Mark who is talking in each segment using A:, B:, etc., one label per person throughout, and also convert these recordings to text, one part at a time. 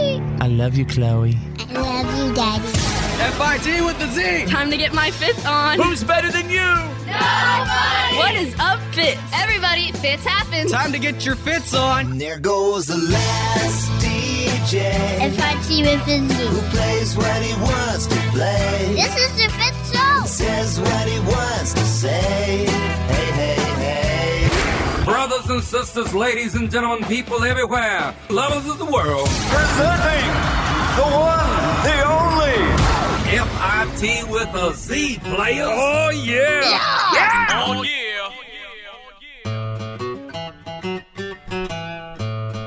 A: love you, Chloe.
B: I love you, Daddy.
C: FIT with the Z.
D: Time to get my fits on.
C: Who's better than you?
D: What is up, fits?
E: Everybody, fits happens.
C: Time to get your fits on.
F: There goes the last DJ
B: If I see with
F: who
B: the Z.
F: plays what he wants to play,
B: This is the fifth show.
F: says what he wants to say. Hey, hey, hey.
G: Brothers and sisters, ladies and gentlemen, people everywhere, lovers of the world,
H: Presenting the one, the only.
G: FIT with a Z players. Oh, yeah. Oh, yeah.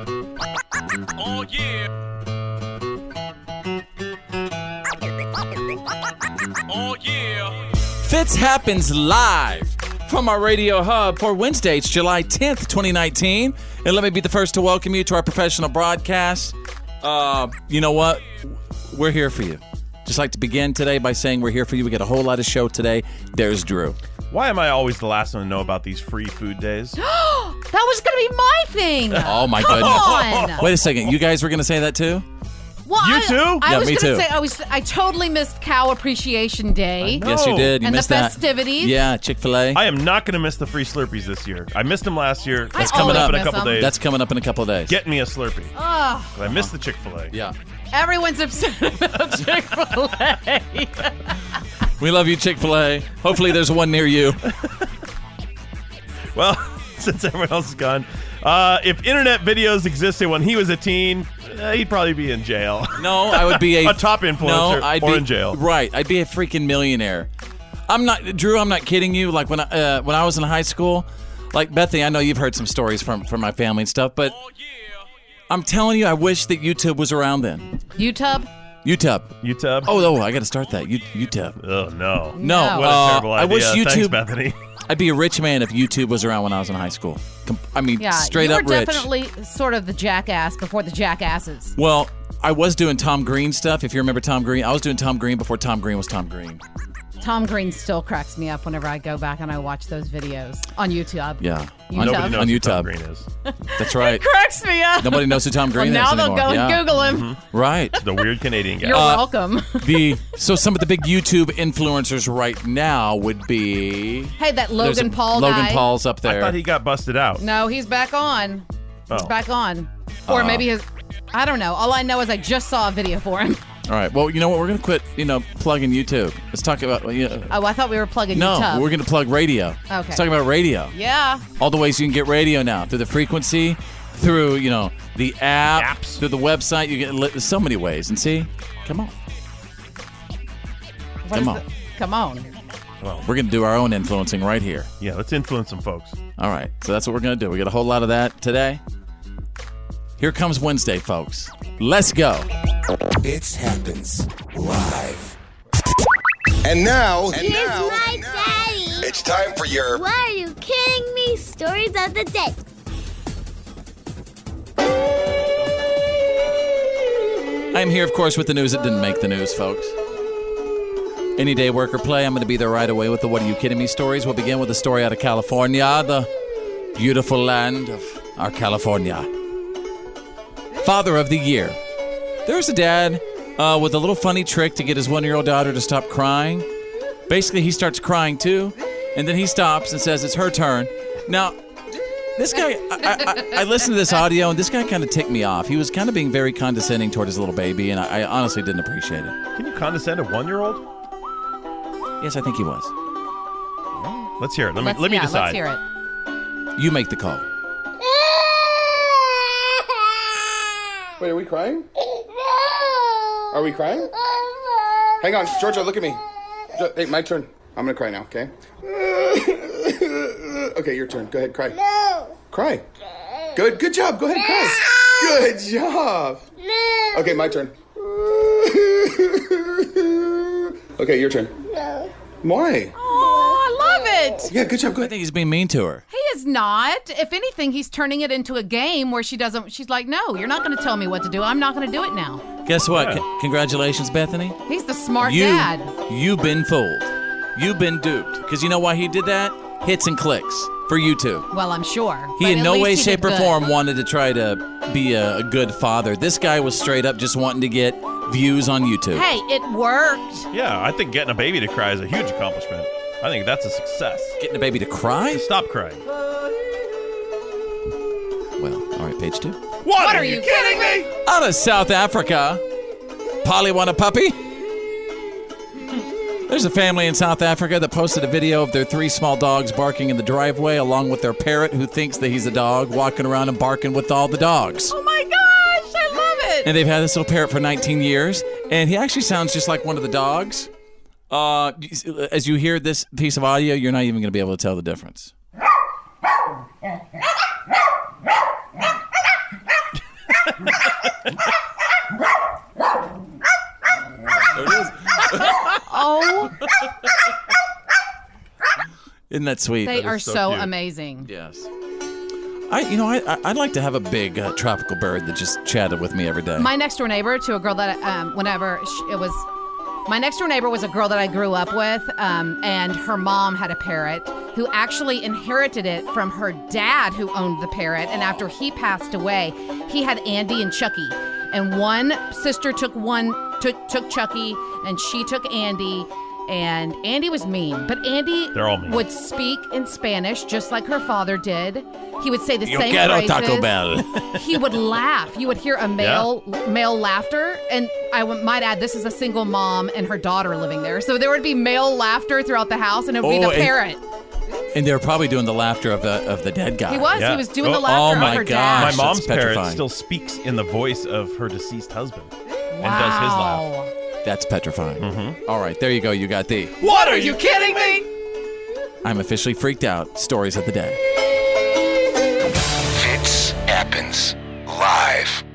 G: Oh, yeah. Oh, yeah.
I: Fitz happens live from our radio hub for Wednesday. It's July 10th, 2019. And let me be the first to welcome you to our professional broadcast. Uh, you know what? We're here for you. Just like to begin today by saying we're here for you. We got a whole lot of show today. There's Drew.
H: Why am I always the last one to know about these free food days?
J: That was going to be my thing.
I: Oh, my
J: Come
I: goodness.
J: on.
I: Wait a second. You guys were going to say that too?
J: Well,
H: You
J: I,
H: too?
J: I
I: Yeah,
J: was
I: me
J: gonna
I: too.
J: say I was I totally missed Cow Appreciation Day.
I: Yes, you did. You
J: And the
I: missed that.
J: festivities.
I: Yeah, Chick fil A.
H: I am not going to miss the free Slurpees this year. I missed them last year.
J: That's
I: coming
H: It's
I: up.
H: been a couple
J: Miss 'em.
H: days.
I: That's coming up in a couple of days.
H: Get me a Slurpee.
J: Ugh,
H: 'Cause I missed the Chick Fil A.
I: yeah.
J: everyone's upset about Chick Fil A.
I: We love you, Chick fil A. Hopefully, there's one near you.
H: Well, since everyone else is gone, uh, if internet videos existed when he was a teen, uh, he'd probably be in jail.
I: No, I would be a,
H: A top influencer
I: No, I'd
H: or
I: be,
H: in jail.
I: Right, I'd be a freaking millionaire. I'm not, Drew. I'm not kidding you. Like when I, uh, when I was in high school, like Bethany, I know you've heard some stories from from my family and stuff, but I'm telling you, I wish that YouTube was around then.
J: YouTube.
I: YouTube.
H: You tub?
I: Oh no, I got to start that. You, YouTube.
H: Oh, no.
I: No,
J: No.
H: What a
I: uh,
H: terrible idea.
I: I wish YouTube.
H: Thanks, Bethany.
I: I'd be a rich man if YouTube was around when I was in high school. Com- I mean,
J: Yeah,
I: straight
J: you
I: up
J: were
I: rich.
J: definitely sort of the jackass before the jackasses.
I: Well, I was doing Tom Green stuff. If you remember Tom Green, I was doing Tom Green before Tom Green was Tom Green.
J: Tom Green still cracks me up whenever I go back and I watch those videos on YouTube.
I: Yeah,
J: You
I: On-
J: tub.
H: Nobody knows
I: on
H: who Tom
I: YouTube.
H: Green is.
I: That's right.
J: Cracks me up.
I: Nobody knows who Tom
J: well,
I: Green
J: now
I: is
J: they'll
I: anymore.
J: go and
I: yeah.
J: Google him.
I: Right.
H: Mm-hmm.
I: Uh,
H: The weird Canadian guy.
J: You're welcome.
I: The so some of the big YouTube influencers right now would be
J: hey, that
I: there's a-
J: Logan Paul
I: Logan
J: guy.
I: Paul's up
H: I
I: there.
H: thought he got busted out.
J: No, he's back on. He's
H: Oh.
J: back on. Or
I: Uh-huh.
J: maybe his. I don't know. All I know is I just saw a video for him.
I: All right. Well, you know what? We're gonna quit. You know, plugging YouTube. Let's talk about. You know,
J: Oh, I thought we were plugging
I: no,
J: YouTube.
I: we're gonna plug radio.
J: Okay.
I: Let's talk about radio.
J: yeah.
I: All the ways you can get radio now through the frequency, through you know the app,
H: Apps.
I: through the website. You get li- so many ways. And see, come on,
J: What
I: Come
J: is
I: on.
J: the- come on.
I: we're gonna do our own influencing right here.
H: Yeah, let's influence some folks.
I: All right, so that's what we're going to do. We got a whole lot of that today. Here comes Wednesday, folks. Let's go.
F: It happens live. And now, and
B: Here's Oh, my daddy.
F: it's time for your
B: Why are you kidding me? Stories of the day.
I: I'm here, of course, with the news that didn't make the news, folks. Any day work or play, I'm going to be there right away with the What Are You Kidding Me stories. We'll begin with a story out of California, the beautiful land of our California. Father of the Year. There's a dad uh, with a little funny trick to get his one year old daughter to stop crying. Basically, he starts crying too, and then he stops and says, It's her turn. Now, this guy, I, I, I listened to this audio, and this guy kind of ticked me off. He was kind of being very condescending toward his little baby, and I, I honestly didn't appreciate it.
H: Can you condescend a one-year-old?
I: Yes, I think he was.
H: Let's hear it. Let me
J: Let's,
H: let me
J: yeah, Let's
H: decide.
J: hear it.
I: You make the call.
K: Wait, are we crying?
B: Are
K: Are we crying? Hang on, Georgia, look at me. Jo- Hey, my turn. I'm gonna cry now, okay? okay, your turn. Go ahead, cry.
B: No.
K: Cry. Good, good job. Go ahead, cry. Good job.
B: No.
K: Okay, my turn. Okay, your turn.
B: No.
K: Why?
J: Oh, I love it.
K: Yeah, good job. Go
I: I
K: ahead.
I: think he's being mean to her.
J: He is not. If anything, he's turning it into a game where she doesn't. She's like, no, you're not going to tell me what to do. I'm not going to do it now.
I: Guess what?
H: Yeah.
I: C- congratulations, Bethany.
J: He's the smart
I: you,
J: dad.
I: You've been fooled. You've been duped. Because you know why he did that? hits and clicks for you two.
J: Well, I'm sure.
I: He
J: but
I: in
J: at
I: no
J: least
I: way,
J: he
I: shape,
J: did
I: or
J: good.
I: form wanted to try to be a, a good father. This guy was straight up just wanting to get views on YouTube.
J: Hey, it worked.
H: Yeah, I think getting a baby to cry is a huge accomplishment. I think that's a success.
I: Getting a baby to cry?
H: Stop crying.
I: Well, all right, page two.
H: What, are you kidding me?
I: Out of South Africa, Polly want a puppy? There's a family in South Africa that posted a video of their three small dogs barking in the driveway, along with their parrot who thinks that he's a dog, walking around and barking with all the dogs.
J: Oh my gosh, I love it.
I: and they've had this little parrot for 19 years, and he actually sounds just like one of the dogs. Uh, as you hear this piece of audio, you're not even going to be able to tell the difference.
J: Oh,
I: Isn't that sweet?
J: they are
H: so
J: so,
H: cute.
J: amazing.
I: yes. I, you know, I, I- I'd like to have a big uh, tropical bird that just chatted with me every day.
J: My next door neighbor to a girl that um, whenever sh it was, my next door neighbor was a girl that I grew up with, um, and her mom had a parrot who actually inherited it from her dad who owned the parrot, and after he passed away, he had Andy and Chucky, and one sister took one took took Chucky, and she took Andy. And Andy was mean, but Andy
H: They're all mean.
J: would speak in Spanish just like her father did. He would say the
I: Yo
J: same
I: quiero
J: phrases
I: Taco Bell.
J: he would laugh. You would hear a male male laughter, and I w- might add, this is a single mom and her daughter living there, so there would be male laughter throughout the house, and it would be the
I: Oh, and-
J: parrot.
I: and they're probably doing the laughter of the of the dead guy.
J: He was.
H: Yeah.
J: He was doing
H: Oh,
J: the
H: oh
J: laughter
I: my
J: of her
H: My
I: gosh.
J: dad.
I: that's
H: mom's parrot
I: petrifying.
H: still speaks in the voice of her deceased husband and does his laugh.
J: Wow.
I: That's petrifying.
H: Mm-hmm.
I: All right, there you go. You got the.
C: What are you kidding me?
I: I'm officially freaked out. Stories of the day.
F: Fits happens live.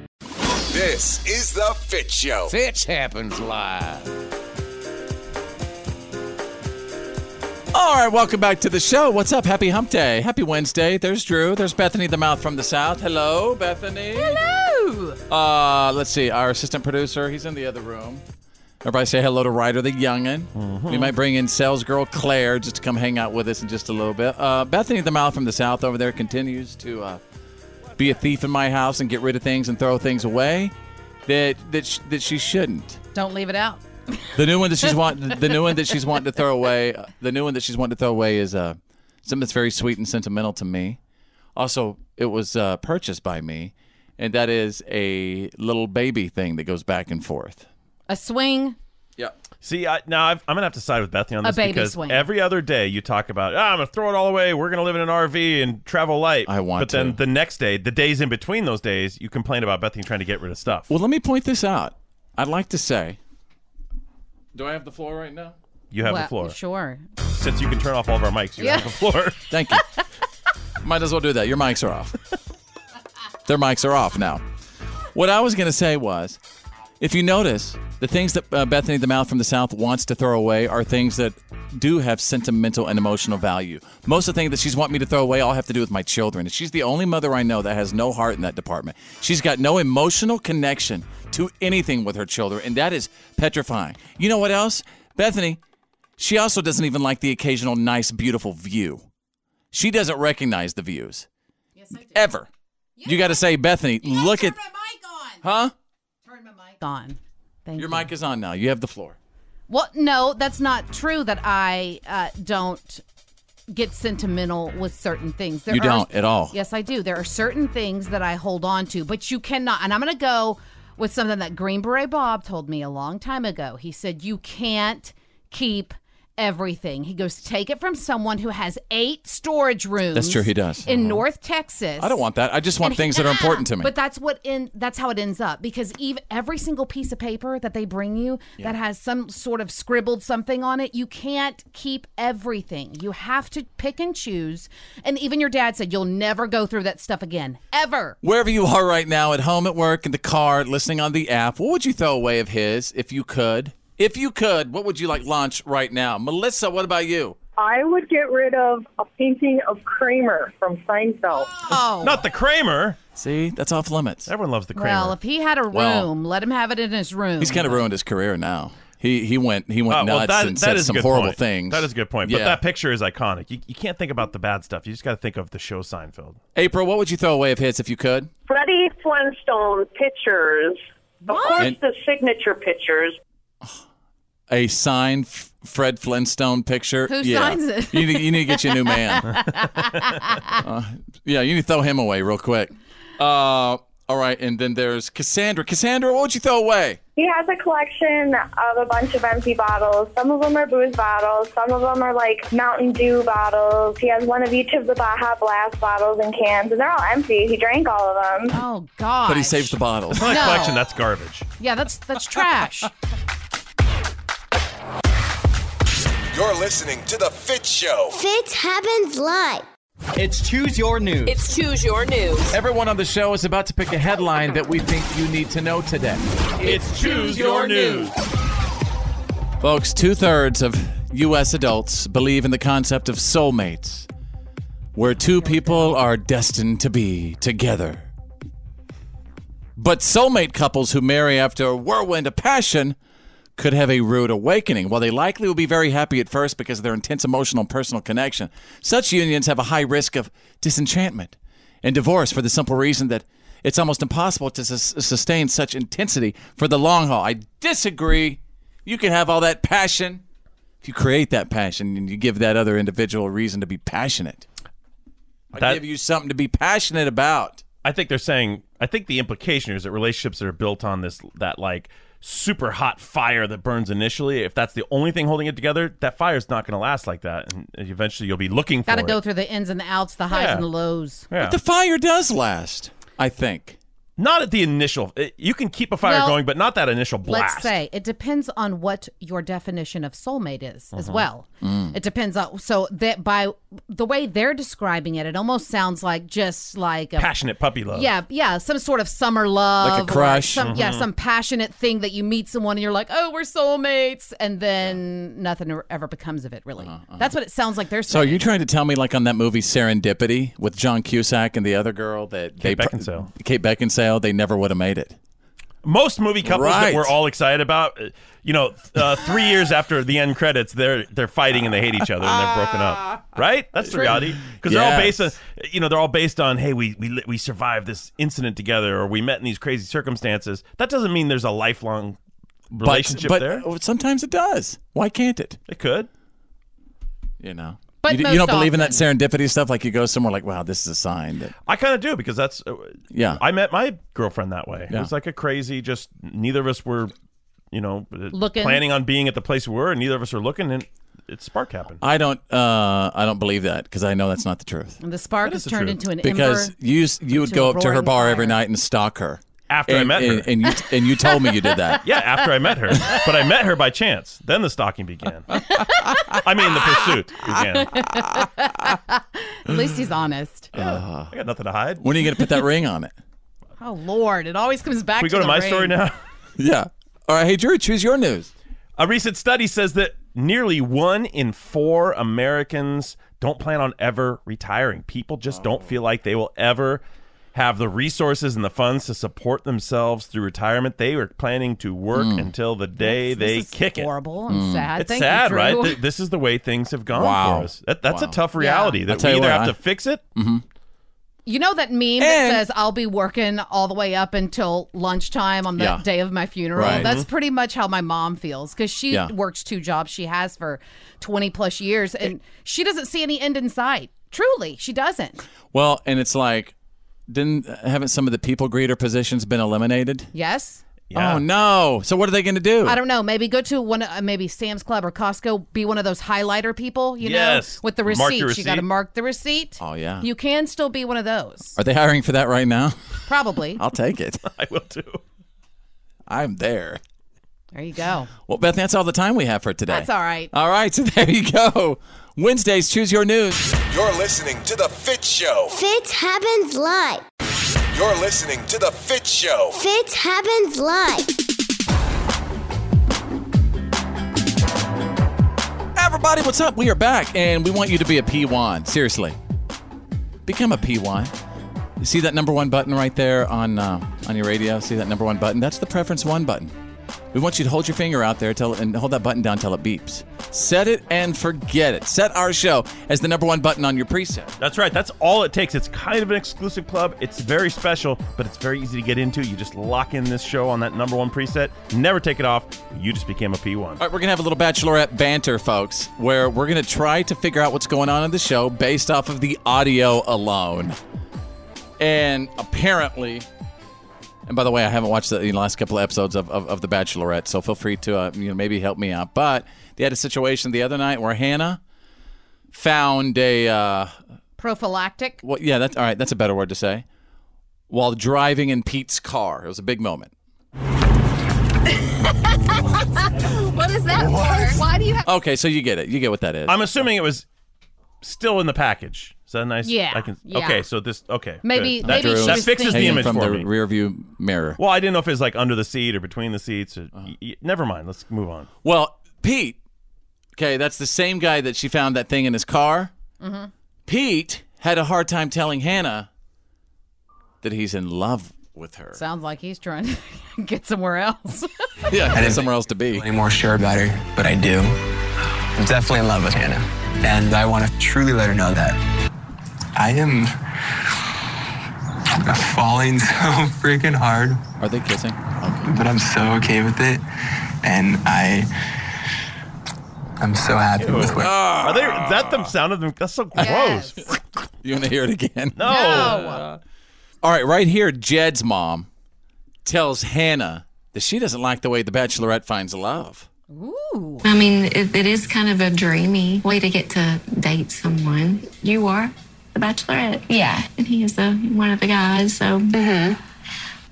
F: This is the Fit Show.
G: Fitch happens live.
I: All right, welcome back to the show. What's up? Happy Hump Day. Happy Wednesday. There's Drew. There's Bethany the Mouth from the South. Hello, Bethany.
J: Hello.
I: Uh, let's see. Our assistant producer, he's in the other room. Everybody say hello to Ryder the Youngin. We might bring in sales girl Claire just to come hang out with us in just a little bit. Uh, Bethany the Mouth from the South over there continues to uh, be a thief in my house and get rid of things and throw things away that that sh- that she shouldn't.
J: Don't leave it out.
I: The new one that she's want the new one that she's wanting to throw away. The new one that she's wanting to throw away is uh, something that's very sweet and sentimental to me. Also, it was uh, purchased by me, and that is a little baby thing that goes back and forth.
J: A swing.
I: Yeah.
H: See, I, now I've, I'm gonna have to side with Bethany on
J: A
H: this
J: baby
H: because
J: swing.
H: every other day you talk about, ah, I'm gonna throw it all away. We're gonna live in an RV and travel light.
I: I want
H: but then
I: to.
H: the next day, the days in between those days, you complain about Bethany trying to get rid of stuff.
I: Well, let me point this out. I'd like to say. Do I have the floor right now?
H: you have
J: Well,
H: the floor
J: Sure.
H: since you can turn off all of our mics. You
J: Yeah.
H: have the floor.
I: Thank you. Might as well do that. Your mics are off. Their mics are off now. What I was going to say was if you notice, the things that uh, Bethany the Mouth from the South wants to throw away are things that do have sentimental and emotional value. Most of the things that she's want me to throw away all have to do with my children. She's the only mother I know that has no heart in that department. She's got no emotional connection to anything with her children, and that is petrifying. You know what else? Bethany, she also doesn't even like the occasional nice, beautiful view. She doesn't recognize the views. Yes, I do. Ever. You got to say, Bethany, look at.
J: mic
I: Huh?
J: Turn my mic on. Thank
I: Your
J: you.
I: mic is on now. You have the floor.
J: Well, no, that's not true. That I uh, don't get sentimental with certain things. There
I: You
J: are-
I: don't at all.
J: Yes, I do. There are certain things that I hold on to, but you cannot. And I'm going to go with something that Green Beret Bob told me a long time ago. He said, You can't keep everything. He goes, Take it from someone who has eight storage rooms.
I: That's true, he does. Mm-hmm.
J: In North Texas.
I: I don't want that. I just want
J: And
I: things
J: he-
I: that are
J: ah,
I: important to me.
J: But that's what in that's how it ends up because even every single piece of paper that they bring you that has some sort of scribbled something on it, you can't keep everything. You have to pick and choose. And even your dad said you'll never go through that stuff again, ever.
I: Wherever you are right now, at home, at work, in the car, listening on the app, what would you throw away of his if you could? If you could, what would you like launch right now? Melissa, what about you?
A: I would get rid of a painting of Kramer from Seinfeld.
J: Oh.
H: Not the Kramer.
I: See, that's off limits.
H: Everyone loves the Kramer.
J: well, if he had a room,
I: Well-
J: let him have it in his room.
I: He's kind of ruined his career now. He he went he went
H: Oh, well,
I: nuts
H: that-
I: and
H: that
I: said
H: is a
I: some
H: good
I: horrible
H: point.
I: things.
H: That is a good point. But
I: Yeah.
H: that picture is iconic. You, you can't think about the bad stuff. You just got to think of the show Seinfeld.
I: April, what would you throw away of hits if you could?
A: Freddie Flintstone pictures. Of course,
I: And-
A: the signature pictures.
I: A signed F- Fred Flintstone picture.
J: Who
I: yeah.
J: signs it?
I: You need, you need to get you a new man. Uh, yeah, you need to throw him away real quick. Uh, all right, and then there's Cassandra. Cassandra, what would you throw away?
L: He has a collection of a bunch of empty bottles. Some of them are booze bottles. Some of them are like Mountain Dew bottles. He has one of each of the Baja Blast bottles and cans, and they're all empty. He drank all of them.
J: Oh God!
I: But he saves the bottles.
J: That's not a No. collection,
H: That's garbage.
J: Yeah, that's that's trash.
F: You're listening to The Fit Show.
B: Fit happens live.
I: It's Choose Your News.
D: It's Choose Your News.
I: Everyone on the show is about to pick a headline that we think you need to know today.
H: It's
I: Choose Your News. Folks, two thirds of U.S. adults believe in the concept of soulmates, where two people are destined to be together. But soulmate couples who marry after a whirlwind of passion could have a rude awakening. While they likely will be very happy at first because of their intense emotional and personal connection, such unions have a high risk of disenchantment and divorce for the simple reason that it's almost impossible to sus- sustain such intensity for the long haul. I disagree. You can have all that passion if you create that passion and you give that other individual a reason to be passionate. I give you something to be passionate about.
H: I think they're saying. I think the implication is that relationships that are built on this that like super hot fire that burns initially. If that's the only thing holding it together, that fire is not going to last like that, and eventually you'll be looking
J: Got to
H: for
J: go
H: it.
J: through the ins and the outs, the highs
H: Yeah.
J: and the lows.
H: Yeah.
I: The fire does last, I think.
H: Not at the initial. it- You can keep a fire
J: Well,
H: going, but not that initial blast.
J: Let's say it depends on what your definition of soulmate is as
I: Mm-hmm.
H: Mhm.
J: well.
H: Mm.
J: It depends on so that by the way they're describing it, it almost sounds like just like a
H: Passionate puppy love.
J: Yeah, yeah, some sort of summer love,
H: Like
J: or
H: a crush.
J: some, yeah,
H: Mhm.
J: some passionate thing that you meet someone and you're like, oh, we're soulmates, and then nothing ever becomes of it. Really,
H: Uh-huh,
J: that's what it sounds like. They're
I: So are
J: saying.
I: you trying to tell me, like on that movie Serendipity with John Cusack and the other girl that
H: Kate
I: they pro-
H: Beckinsale.
I: Kate Beckinsale, they never would have made it.
H: Most movie couples
I: Right.
H: that we're all excited about, uh, you know, uh, three years after the end credits, they're they're fighting and they hate each other and they're broken up. Right? That's the
I: Sure.
H: reality. Because they're all
I: Yes.
H: based on, you know, they're all based on, hey, we we li- we survived this incident together or we met in these crazy circumstances. That doesn't mean there's a lifelong
I: But-
H: relationship
I: but, oh,
H: there.
I: sometimes it does. Why can't it?
H: It could.
I: You know.
J: But
I: you, you
J: most
I: don't believe in that serendipity stuff. Like you go somewhere, like wow, this is a sign that
H: I kind of do because that's uh,
I: Yeah.
H: I met my girlfriend that way.
I: Yeah.
H: It was like a crazy. Just neither of us were, you know, uh,
J: Looking.
H: planning on being at the place we were, and neither of us were looking, and it spark happened.
I: I don't. Uh, I don't believe that because I know that's not the truth.
J: And the spark is turned into an
I: because
J: ember.
I: you s- you would
J: into
I: go
J: a
I: up to her
J: roaring
I: bar every night and stalk her
H: After I
I: And-
H: met her.
I: and, and you t- and you told me you did that.
H: Yeah, after I met her, but I met her by chance. Then the stalking began. I mean, the pursuit began.
J: At least he's honest.
H: I got nothing to hide.
I: Uh-huh. When are you going to put that ring on it?
J: Oh Lord, it always comes back.
H: we go to
J: the
H: my
J: ring.
H: story now.
I: Yeah. All right, hey Drew, choose your news.
H: A recent study says that nearly one in four Americans don't plan on ever retiring. People just don't feel like they will ever have the resources and the funds to support themselves through retirement. They are planning to work
I: Hmm.
H: until the day they
J: This is
H: kick it. Mm.
J: horrible and sad.
H: It's
J: Thank
H: sad,
J: you, Drew.
H: right? Th- This is the way things have gone
I: Wow.
H: for us. That, that's
I: Wow.
H: a tough reality
I: Yeah. I'll
H: that we
I: tell you
H: either
I: what, Mm-hmm.
H: have
I: I-
H: to fix it
J: You know that meme that says I'll be working all the way up until lunchtime on the
I: Yeah.
J: day of my funeral.
I: Right.
J: That's
I: Mhm.
J: pretty much how my mom feels cuz she
I: Yeah.
J: works two jobs she has for 20 plus years and she doesn't see any end in sight. Truly, she doesn't.
I: Well, and it's like, didn't haven't some of the people greeter positions been eliminated?
J: Yes?
I: Oh no! So what are they going to do?
J: I don't know. Maybe go to one, uh, maybe Sam's Club or Costco. Be one of those highlighter people, you
I: Yes.
J: know, with the
I: Mark
J: receipt.
I: your
J: You got to
I: receipt.
J: mark the receipt.
I: Oh yeah.
J: You can still be one of those,
I: are they hiring for that right now?
J: probably.
I: I'll take it.
H: I will too.
I: I'm there.
J: there you go.
I: Well, Beth, that's all the time we have for today.
J: That's all right.
I: All right, so there you go. Wednesdays, choose your news.
F: You're listening to The Fit Show.
B: Fit happens live.
F: You're listening to The Fit Show.
B: Fit happens live.
I: Everybody, what's up? We are back, and we want you to be a P1. Seriously, become a P1. You see that number one button right there on uh, on your radio? See that number one button? That's the preference one button. We want you to hold your finger out there till, and hold that button down till it beeps. Set it and forget it. Set our show as the number one button on your preset.
H: That's right. That's all it takes. It's kind of an exclusive club. It's very special, but it's very easy to get into. You just lock in this show on that number one preset, never take it off. You just became a P1.
I: All right, we're going to have a little bachelorette banter, folks, where we're going to try to figure out what's going on in the show based off of the audio alone. And apparently, and by the way, I haven't watched the, the last couple of episodes of, of, of The Bachelorette, so feel free to uh, you know maybe help me out. But they had a situation the other night where Hannah found a uh,
J: Prophylactic.
I: well, yeah, that's all right. That's a better word to say. While driving in Pete's car, it was a big moment.
E: what is that for? Why do you have
I: Okay, so you get it. You get what that is.
H: I'm assuming it was still in the package. Is that nice?
J: Yeah,
H: I can,
J: yeah.
H: Okay, so this. Okay.
J: Maybe-
H: good.
J: maybe
H: that,
J: she
H: that
J: was
H: fixes the
J: thinking-
H: image
I: from
H: for
I: the
H: me.
I: rear view mirror.
H: Well, I didn't know if it was like under the seat or between the seats. Or,
I: Uh-huh.
H: y- y- never mind. Let's move on.
I: Well, Pete. Okay, that's the same guy that she found that thing in his car.
J: Mhm.
I: Pete had a hard time telling Hannah that he's in love with her.
J: Sounds like he's trying to get somewhere else.
I: yeah, I somewhere else to be.
M: Any more sure about her, but I do. I'm definitely in love with Hannah, and I want to truly let her know that I am falling so freaking hard.
I: Are they kissing?
M: But I'm so okay with it, and I I'm so happy with what.
I: Ah.
H: Are they? Is that the sound of them? That's so gross.
I: You want to hear it again? Uh,
H: No. No.
I: All right, right here, Jed's mom tells Hannah that she doesn't like the way the Bachelorette finds love.
N: I mean, it, it is kind of a dreamy way to get to date someone. You are the bachelorette.
E: Yeah.
N: And he is the, one of the guys, so. Mm-hmm.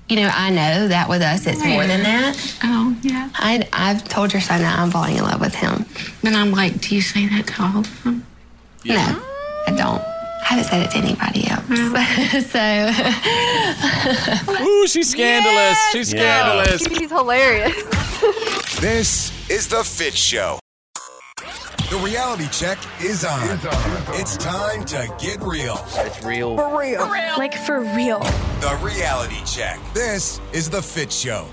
E: You know, I know that with us it's more than that.
N: Oh, yeah.
E: I, I've told your son that I'm falling in love with him.
N: And I'm like, do you say that to all of them?
E: No, I don't. I haven't said it to anybody else. so.
I: Ooh, she's scandalous. She's scandalous.
E: He's hilarious.
F: This is the Fit Show. The reality check is on. It's, time to get real. It's real.
O: real. Like for real.
F: The reality check. This is the Fit Show.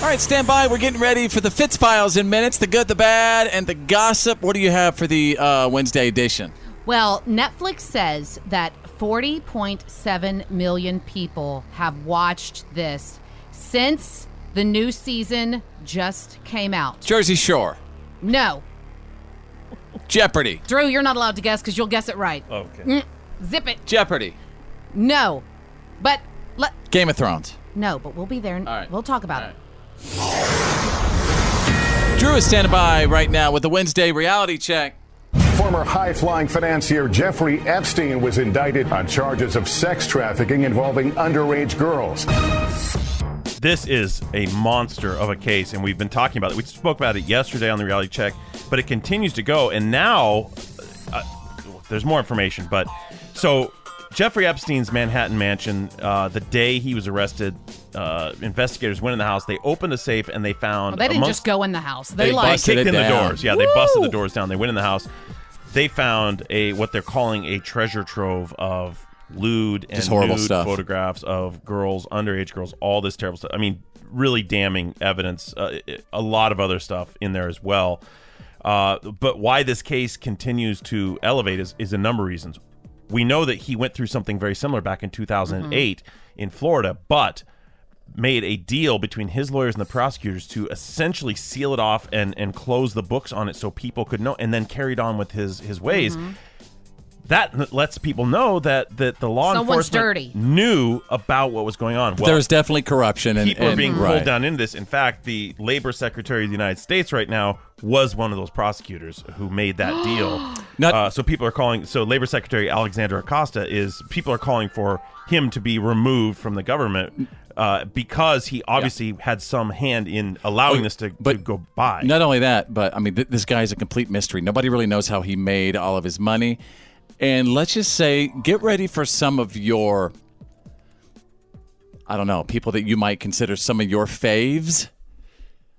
I: All right, stand by. We're getting ready for the Fitz Files in minutes. The good, the bad, and the gossip. What do you have for the uh, Wednesday edition?
J: Well, Netflix says that 40.7 million people have watched this since the new season just came out.
I: Jersey Shore,
J: No,
I: Jeopardy,
J: Drew, you're not allowed to guess because you'll guess it right.
I: Oh, Okay.
J: Mm, zip it.
I: Jeopardy,
J: No, but let
I: Game of Thrones.
J: no, but we'll be there. And We'll talk about it.
I: Drew is standing by right now with the Wednesday reality check.
P: Former high flying financier Jeffrey Epstein was indicted on charges of sex trafficking involving underage girls.
H: This is a monster of a case, and we've been talking about it. We spoke about it yesterday on the reality check, but it continues to go. And now uh, there's more information. But so Jeffrey Epstein's Manhattan mansion, uh, the day he was arrested, uh, investigators went in the house. They opened a safe and they found
J: Well, they didn't
H: amongst-
J: just go in the house. They,
H: they
J: like
H: kicked in the
I: down.
H: doors. Yeah, they busted the doors down. They went in the house. They found a what they're calling a treasure trove of lewd and
I: Just horrible
H: nude
I: stuff.
H: photographs of girls, underage girls, all this terrible stuff. I mean, really damning evidence. Uh, i- a lot of other stuff in there as well. Uh, but why this case continues to elevate is, is a number of reasons. We know that he went through something very similar back in 2008
I: Mm-hmm.
H: in Florida, but made a deal between his lawyers and the prosecutors to essentially seal it off and and close the books on it so people could know and then carried on with his his ways
J: Mhm.
H: that n- lets people know that that the law
J: Someone's
H: enforcement
J: dirty.
H: knew about what was going on well,
I: There's definitely corruption and
H: people are
I: and-
H: being pulled
I: right.
H: down into this in fact the labor secretary of the united states right now was one of those prosecutors who made that deal Uh, so people are calling so labor secretary alexander acosta is people are calling for him to be removed from the government uh, because he obviously had some hand in
I: Oh,
H: allowing this to, to go by
I: Not only that, but I mean, th- this guy's a complete mystery. Nobody really knows how he made all of his money. And let's just say, get ready for some of your, I don't know, people that you might consider some of your faves to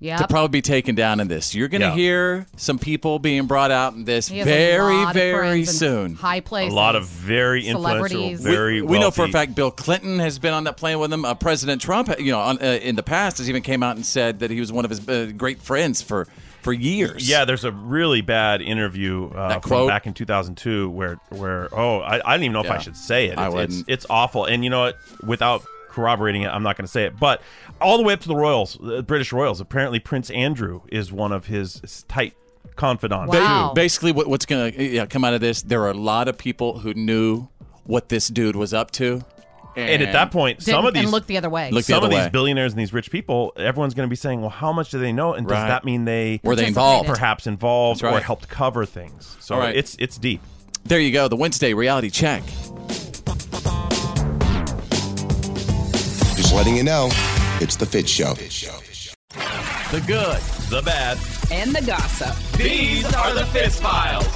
J: Yep.
I: probably be taken down in this. You're going to
J: Yeah.
I: hear some people being brought out in this
J: He has a
I: very,
J: lot of
I: very
J: friends in
I: soon.
J: high places.
H: very influential, celebrities. very
I: We, we know for a
H: wealthy-
I: fact Bill Clinton has been on that plane with him. Uh, President Trump, you know, on, uh, in the past, has even came out and said that he was one of his uh, great friends for for years.
H: Yeah, there's a really bad interview uh,
I: That
H: from
I: quote?
H: back in 2002 where where oh I, I don't even know if I
I: Yeah.
H: should say it.
I: I
H: It's, it's
I: wouldn't.
H: it's awful, and you know what? Without corroborating it, I'm not going to say it. But all the way up to the Royals, the British Royals. Apparently, Prince Andrew is one of his tight confidants.
I: Ba-
H: too.
I: Basically, what, what's going to yeah, come out of this, there are a lot of people who knew what this dude was up to.
H: And at that point, some
J: Didn't-
H: of these
J: and look the other way.
I: Look the
H: some
I: other
H: of
I: way.
H: these billionaires and these rich people, everyone's going to be saying, "Well, how much do they know?" And
I: Right.
H: does that mean they
I: Were they involved?
H: Perhaps involved
I: That's
H: or
I: right.
H: helped cover things. So
I: All right.
H: it's it's deep.
I: There you go, the Wednesday reality check.
Q: Just letting you know, it's the Fit Show.
I: The good,
H: the bad,
R: and the gossip.
C: These are the Fist Files.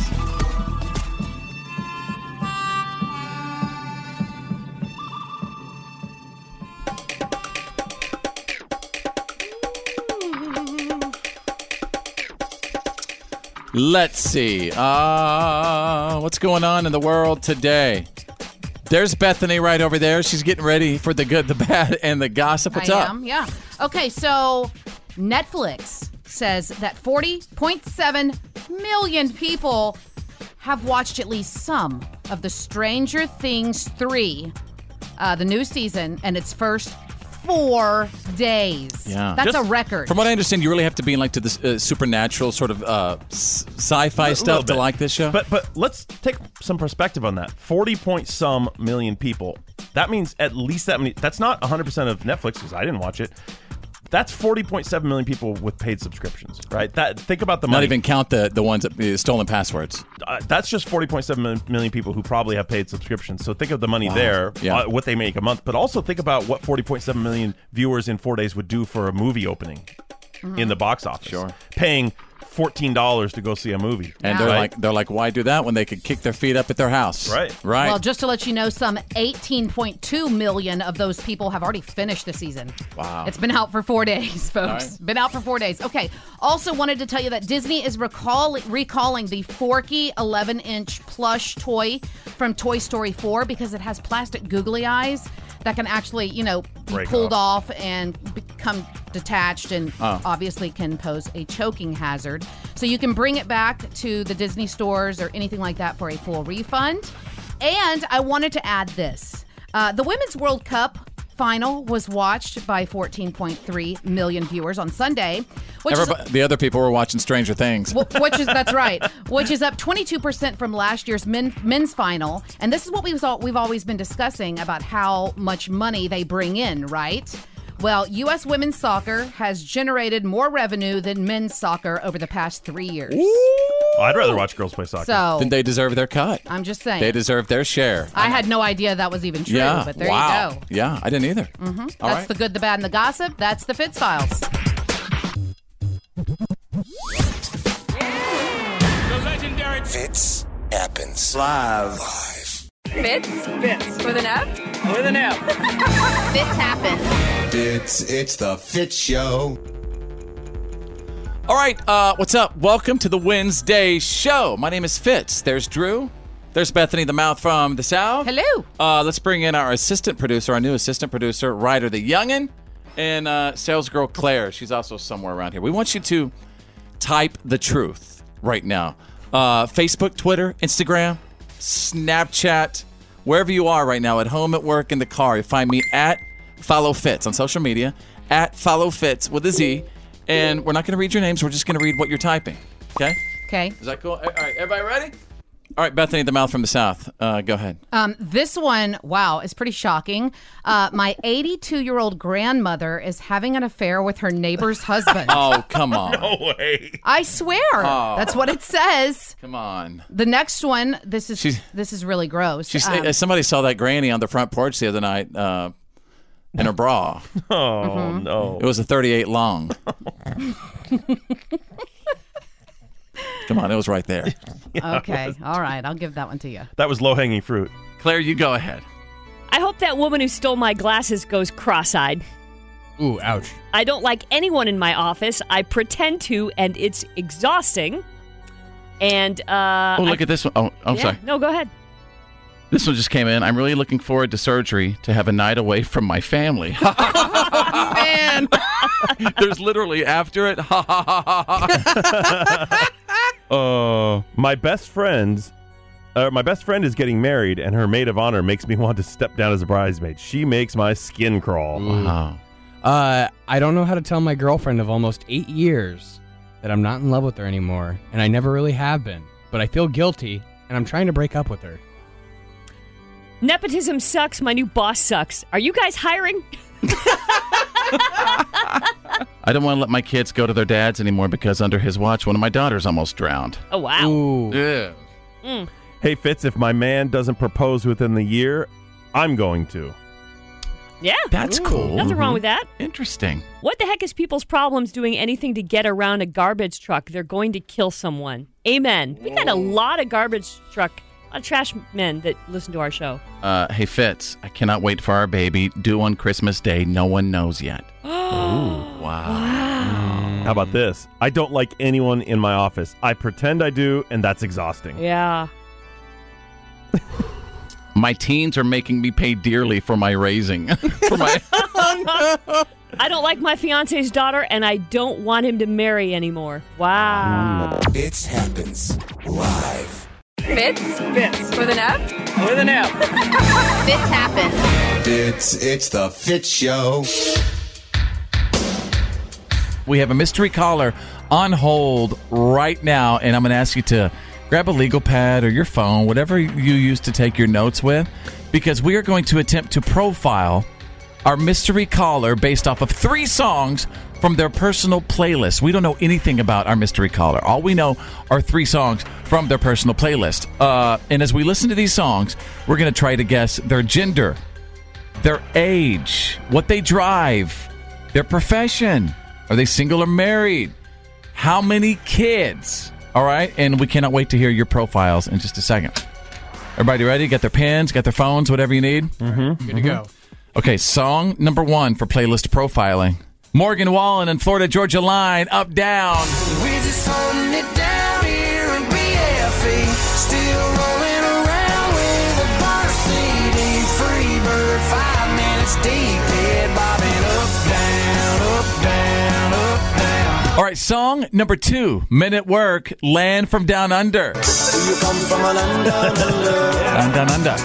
I: Let's see. Uh, what's going on in the world today? There's Bethany right over there. She's getting ready for the good, the bad, and the gossip. What's
J: I
I: up?
J: am, yeah. Okay, so Netflix says that 40.7 million people have watched at least some of the Stranger Things 3, uh, the new season, and its first four days.
I: Yeah.
J: That's
I: Just-
J: a record.
I: From what I understand, you really have to be in like to this uh, supernatural sort of uh, s- sci-fi
H: Li- little
I: stuff to
H: bit.
I: like this show.
H: But but let's take some perspective on that. Forty point some million people. That means at least that many. That's not one hundred percent of Netflix because I didn't watch it. That's forty point seven million people with paid subscriptions, right? That think about the
I: not
H: money.
I: even count the the ones that uh, stolen passwords.
H: uh, that's just 40.7 mil- million people who probably have paid subscriptions. So think of the money
I: Wow.
H: there,
I: Yeah.
H: uh, what they make a month, but also think about what 40.7 million viewers in four days would do for a movie opening
I: Mm-hmm.
H: in the box office. Sure. Paying $14 to go see a movie.
I: And they're
H: right?
I: like, they're like, why do that when they could kick their feet up at their house?
H: Right.
I: Right.
J: Well, just to let you know, some 18.2 million of those people have already finished the season.
I: wow.
J: It's been out for four days, folks.
I: All
J: Been out for four days. Okay. Also, wanted to tell you that Disney is recall- recalling the Forky 11 inch plush toy from Toy Story 4 because it has plastic googly eyes that can actually, you know, be
R: Break
J: pulled off and become detached and
R: Oh.
J: obviously can pose a choking hazard. So you can bring it back to the Disney stores or anything like that for a full refund. And I wanted to add this uh, the Women's World Cup final was watched by 14.3 million viewers on Sunday, which is.
I: Everybo- the other people were watching Stranger Things.
J: Wh- which is that's right, which is up 22% from last year's men, men's final, and this is what we've all, we've always been discussing about how much money they bring in, right? Well, U.S. women's soccer has generated more revenue than men's soccer over the past three years.
H: I'd rather watch girls play soccer.
J: So-
I: Then they deserve their cut.
J: I'm just saying.
I: They deserve their share.
J: I had no idea that was even true,
I: yeah.
J: but there
I: wow.
J: you go.
I: Yeah, I didn't either.
J: Mm-hmm. That's
I: All right.
J: the good, the bad, and the gossip. That's the Fitz Files.
G: The legendary
F: Fits happens live.
D: Fitz? Fitz. With an F?
G: With an F.
D: Fitz happens.
F: It's it's the Fit Show.
I: All right, uh, what's up? Welcome to the Wednesday show. My name is Fitz. There's Drew. There's Bethany the Mouth from the South.
J: Hello.
I: Uh, let's bring in our assistant producer, our new assistant producer, Ryder the Youngin, and uh, sales girl Claire. She's also somewhere around here. We want you to type the truth right now. Uh, Facebook, Twitter, Instagram, Snapchat, wherever you are right now, at home, at work, in the car, you find me at Follow Fits on social media, at Follow Fits with a Z. And we're not going to read your names. We're just going to read what you're typing. Okay?
J: Okay.
I: Is that cool? All right, everybody ready? All right, Bethany, the mouth from the south. Uh, go ahead.
J: Um, this one, wow, is pretty shocking. Uh, my 82 year old grandmother is having an affair with her neighbor's husband.
I: Oh, come on.
H: No way.
J: I swear.
I: Oh.
J: That's what it says.
I: Come on.
J: The next one, this is
I: She's-
J: this is really gross.
I: She's,
J: Um,
I: uh, somebody saw that granny on the front porch the other night uh, in her bra.
H: Oh, no.
I: It was a 38 long. Come on, it was right there.
J: okay, all right, I'll give that one to you.
H: That was low hanging fruit.
I: Claire, you go ahead.
S: I hope that woman who stole my glasses goes cross eyed.
R: Ooh, ouch.
S: I don't like anyone in my office. I pretend to, and it's exhausting. And uh,
I: oh, look
S: I-
I: at this one. Oh, I'm
S: Yeah.
I: sorry.
S: No, go ahead.
I: This one just came in. I'm really looking forward to surgery to have a night away from my family. Man, there's literally after it. Ha ha ha ha ha.
H: Uh, my best friend's, uh, my best friend is getting married, and her maid of honor makes me want to step down as a bridesmaid. She makes my skin crawl.
I: Wow.
R: Uh, I don't know how to tell my girlfriend of almost eight years that I'm not in love with her anymore, and I never really have been. But I feel guilty, and I'm trying to break up with her.
S: Nepotism sucks. My new boss sucks. Are you guys hiring?
I: I don't want to let my kids go to their dad's anymore because under his watch, one of my daughters almost drowned.
S: Oh wow.
I: Yeah.
S: Mm.
H: Hey Fitz, if my man doesn't propose within the year, I'm going to.
S: Yeah.
I: That's cool. Mm-hmm.
S: Nothing wrong with that.
I: Interesting.
S: What the heck is people's problems doing anything to get around a garbage truck? They're going to kill someone. Amen. We got a lot of garbage truck, a lot of trash men that listen to our show.
I: Uh, hey Fitz, I cannot wait for our baby due on Christmas Day. No one knows yet.
H: Wow. How about this? I don't like anyone in my office. I pretend I do, and that's exhausting.
S: Yeah.
I: My teens are making me pay dearly for my raising.
S: I don't like my fiance's daughter, and I don't want him to marry anymore. Wow.
F: Fitz happens live.
D: Fits? Fits. With an F? With an F. Fits happen.
Q: It's it's the Fit Show.
I: we have a mystery caller on hold right now, and I'm going to ask you to grab a legal pad or your phone, whatever you use to take your notes with, because we are going to attempt to profile our mystery caller based off of three songs from their personal playlist. We don't know anything about our mystery caller. All we know are three songs from their personal playlist. Uh, and as we listen to these songs, we're going to try to guess their gender, their age, what they drive, their profession. Are they single or married? How many kids? All right. And we cannot wait to hear your profiles in just a second. Everybody ready? Got their pens, got their phones, whatever you need? Mm-hmm.
R: Good to go.
I: Okay. Song number one for playlist profiling Morgan Wallen and Florida Georgia Line, up, down.
C: We're just holding it down here in BFE. Still rolling around with a bar CD. Free bird, five minutes deep. Head bobbing up, down, up, down, up, down.
I: All right. Song number two Men at Work, Land from Down Under.
C: You come from an
I: Down, down, under.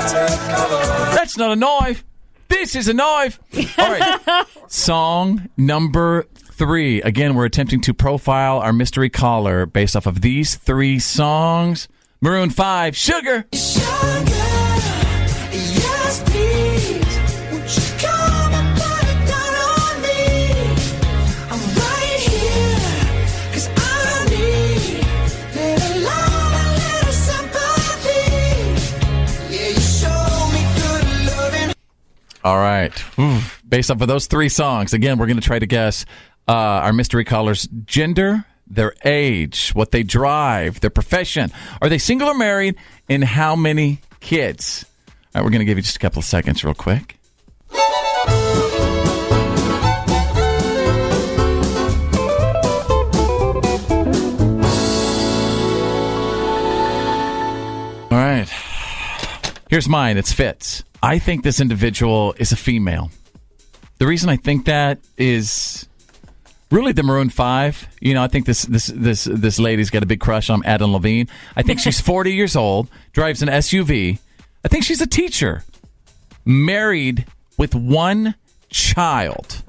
I: That's not a knife. This is a knife. All right. Song number three. Again, we're attempting to profile our mystery caller based off of these three songs Maroon 5, Sugar.
C: Yes, please. Would you come and put it down on me? I'm right here, 'cause I need little love and little sympathy. Yeah, you show me good loving.
I: All right. Oof. Based off of those three songs, again, we're going to try to guess uh, our mystery caller's gender, their age, what they drive, their profession. Are they single or married? And how many kids? All right, we're going to give you just a couple of seconds, real quick. All right. Here's mine. It's Fitz. I think this individual is a female. The reason I think that is really the Maroon Five. You know, I think this this this this lady's got a big crush on Adam Levine. I think she's 40 years old, drives an SUV. I think she's a teacher, married with one child.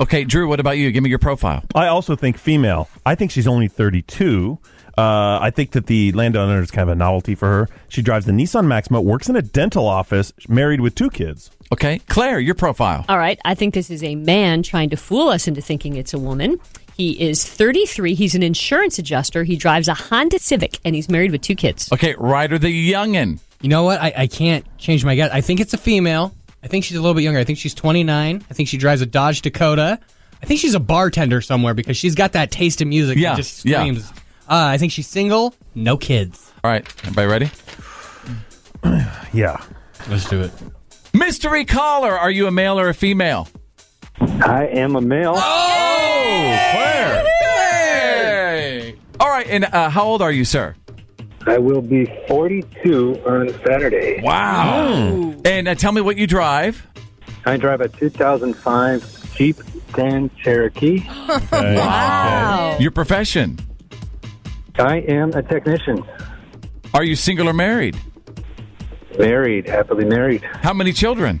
I: Okay, Drew. What about you? Give me your profile.
H: I also think female. I think she's only 32. Uh, I think that the landowner is kind of a novelty for her. She drives the Nissan Maxima, works in a dental office, married with two kids.
I: Okay, Claire, your profile.
S: All right. I think this is a man trying to fool us into thinking it's a woman. He is 33. He's an insurance adjuster. He drives a Honda Civic, and he's married with two kids.
I: Okay, Ryder the youngin.
R: You know what? I, I can't change my guess. I think it's a female. I think she's a little bit younger. I think she's 29. I think she drives a Dodge Dakota. I I think she's a bartender somewhere because she's got that taste in music.
I: Yeah,
R: that just
I: yeah.
R: screams. Uh, I think she's single, no kids.
I: All right, everybody ready?
H: yeah.
R: Let's do it.
I: Mystery caller, are you a male or a female?
T: I am a male.
I: Oh, Claire. Hey. All right, and uh, how old are you, sir?
T: I will be 42 on Saturday.
I: Wow. And uh, tell me what you drive.
T: I drive a 2005 Jeep Grand Cherokee.
I: Wow. Oh. Your profession.
T: I am a technician.
I: Are you single or married?
T: Married, happily married.
I: How many children?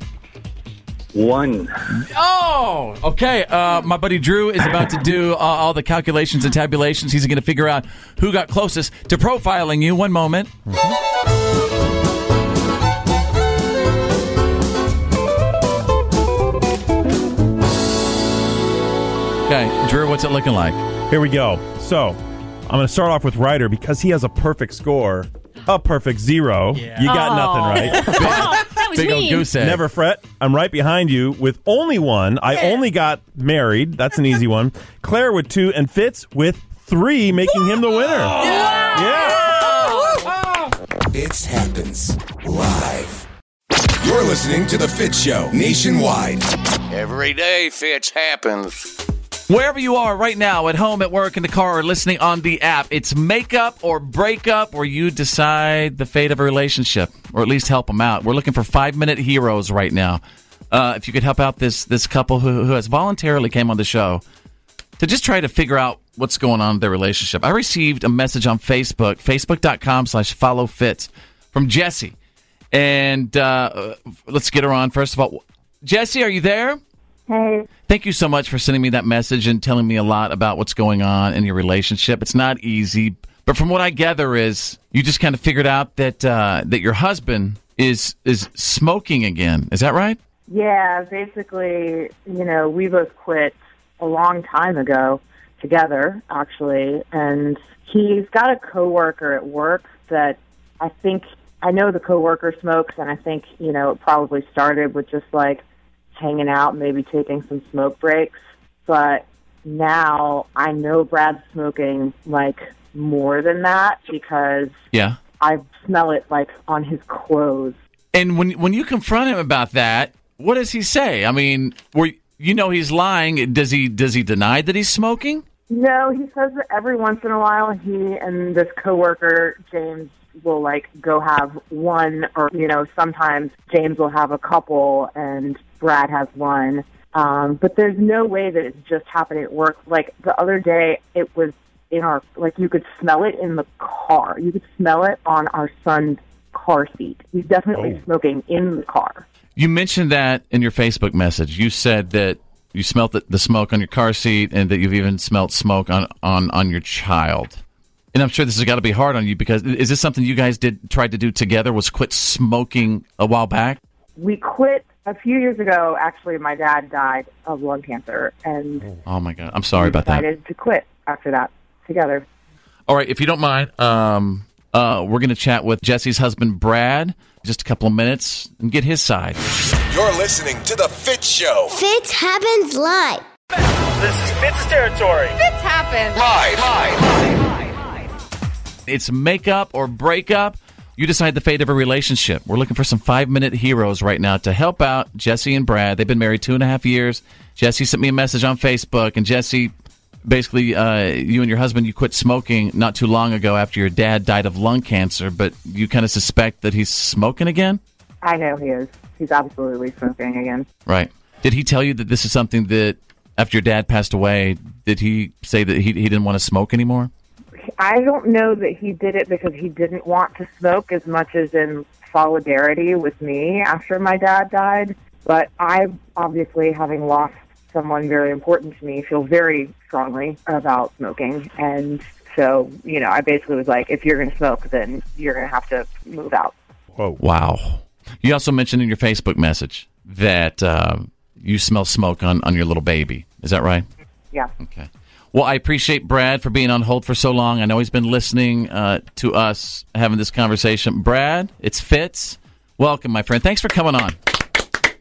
T: One.
I: Oh, okay. Uh, my buddy Drew is about to do uh, all the calculations and tabulations. He's going to figure out who got closest to profiling you. One moment. Okay, Drew, what's it looking like?
H: Here we go. So, I'm going to start off with Ryder because he has a perfect score, a perfect zero. You got nothing right.
S: that was mean.
H: Never fret. I'm right behind you with only one. I only got married. That's an easy one. Claire with two and Fitz with three, making him the winner.
F: It happens live. You're listening to The Fit Show nationwide.
G: Every day, Fitch happens.
I: Wherever you are right now, at home, at work, in the car, or listening on the app, it's makeup or breakup where you decide the fate of a relationship or at least help them out. We're looking for five minute heroes right now. Uh, if you could help out this this couple who, who has voluntarily came on the show to just try to figure out what's going on in their relationship. I received a message on Facebook, facebook.com slash follow fits from Jesse. And uh, let's get her on first of all. Jesse, are you there? Thank you so much for sending me that message and telling me a lot about what's going on in your relationship. It's not easy, but from what I gather is you just kind of figured out that uh, that your husband is is smoking again. Is that right?
U: Yeah, basically, you know, we both quit a long time ago together, actually, and he's got a coworker at work that I think I know the coworker smokes, and I think you know it probably started with just like hanging out, maybe taking some smoke breaks, but now I know Brad's smoking like more than that because
I: Yeah.
U: I smell it like on his clothes.
I: And when when you confront him about that, what does he say? I mean, were you know he's lying. Does he does he deny that he's smoking?
U: No, he says that every once in a while he and this coworker James will like go have one or you know sometimes James will have a couple and Brad has one. Um, but there's no way that it's just happening at work. Like the other day, it was in our like you could smell it in the car. You could smell it on our son's car seat. He's definitely
I: Oh.
U: smoking in the car.
I: You mentioned that in your Facebook message. You said that you smelt the, the smoke on your car seat and that you've even smelt smoke on, on, on your child. And I'm sure this has got to be hard on you because is this something you guys did tried to do together was quit smoking a while back?
U: We quit a few years ago. Actually, my dad died of lung cancer, and
I: Oh my god. I'm sorry about that.
U: decided to quit after that together.
I: All right, if you don't mind, um uh we're going to chat with Jesse's husband Brad in just a couple of minutes and get his side.
F: You're listening to The Fit Show.
B: Fitz happens live.
F: This is Fitz territory.
J: Fitz happens.
F: Live.
I: It's makeup or breakup. You decide the fate of a relationship. We're looking for some five minute heroes right now to help out Jesse and Brad. They've been married two and a half years. Jesse sent me a message on Facebook, and Jesse, basically, uh, you and your husband, you quit smoking not too long ago after your dad died of lung cancer, but you kind of suspect that he's smoking again?
U: I know he is. He's absolutely smoking again.
I: Right. Did he tell you that this is something that after your dad passed away, did he say that he, he didn't want to smoke anymore?
U: I don't know that he did it because he didn't want to smoke as much as in solidarity with me after my dad died. But I, obviously, having lost someone very important to me, feel very strongly about smoking. And so, you know, I basically was like, if you're going to smoke, then you're going to have to move out.
I: Whoa. Wow. You also mentioned in your Facebook message that uh, you smell smoke on, on your little baby. Is that right?
U: Yeah.
I: Okay. Well, I appreciate Brad for being on hold for so long. I know he's been listening uh, to us having this conversation. Brad, it's Fitz. Welcome, my friend. Thanks for coming on.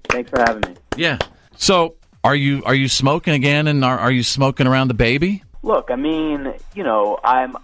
V: Thanks for having me.
I: Yeah. So, Are you are you smoking again? And are, are you smoking around the baby?
K: Look, I mean, you know, I'm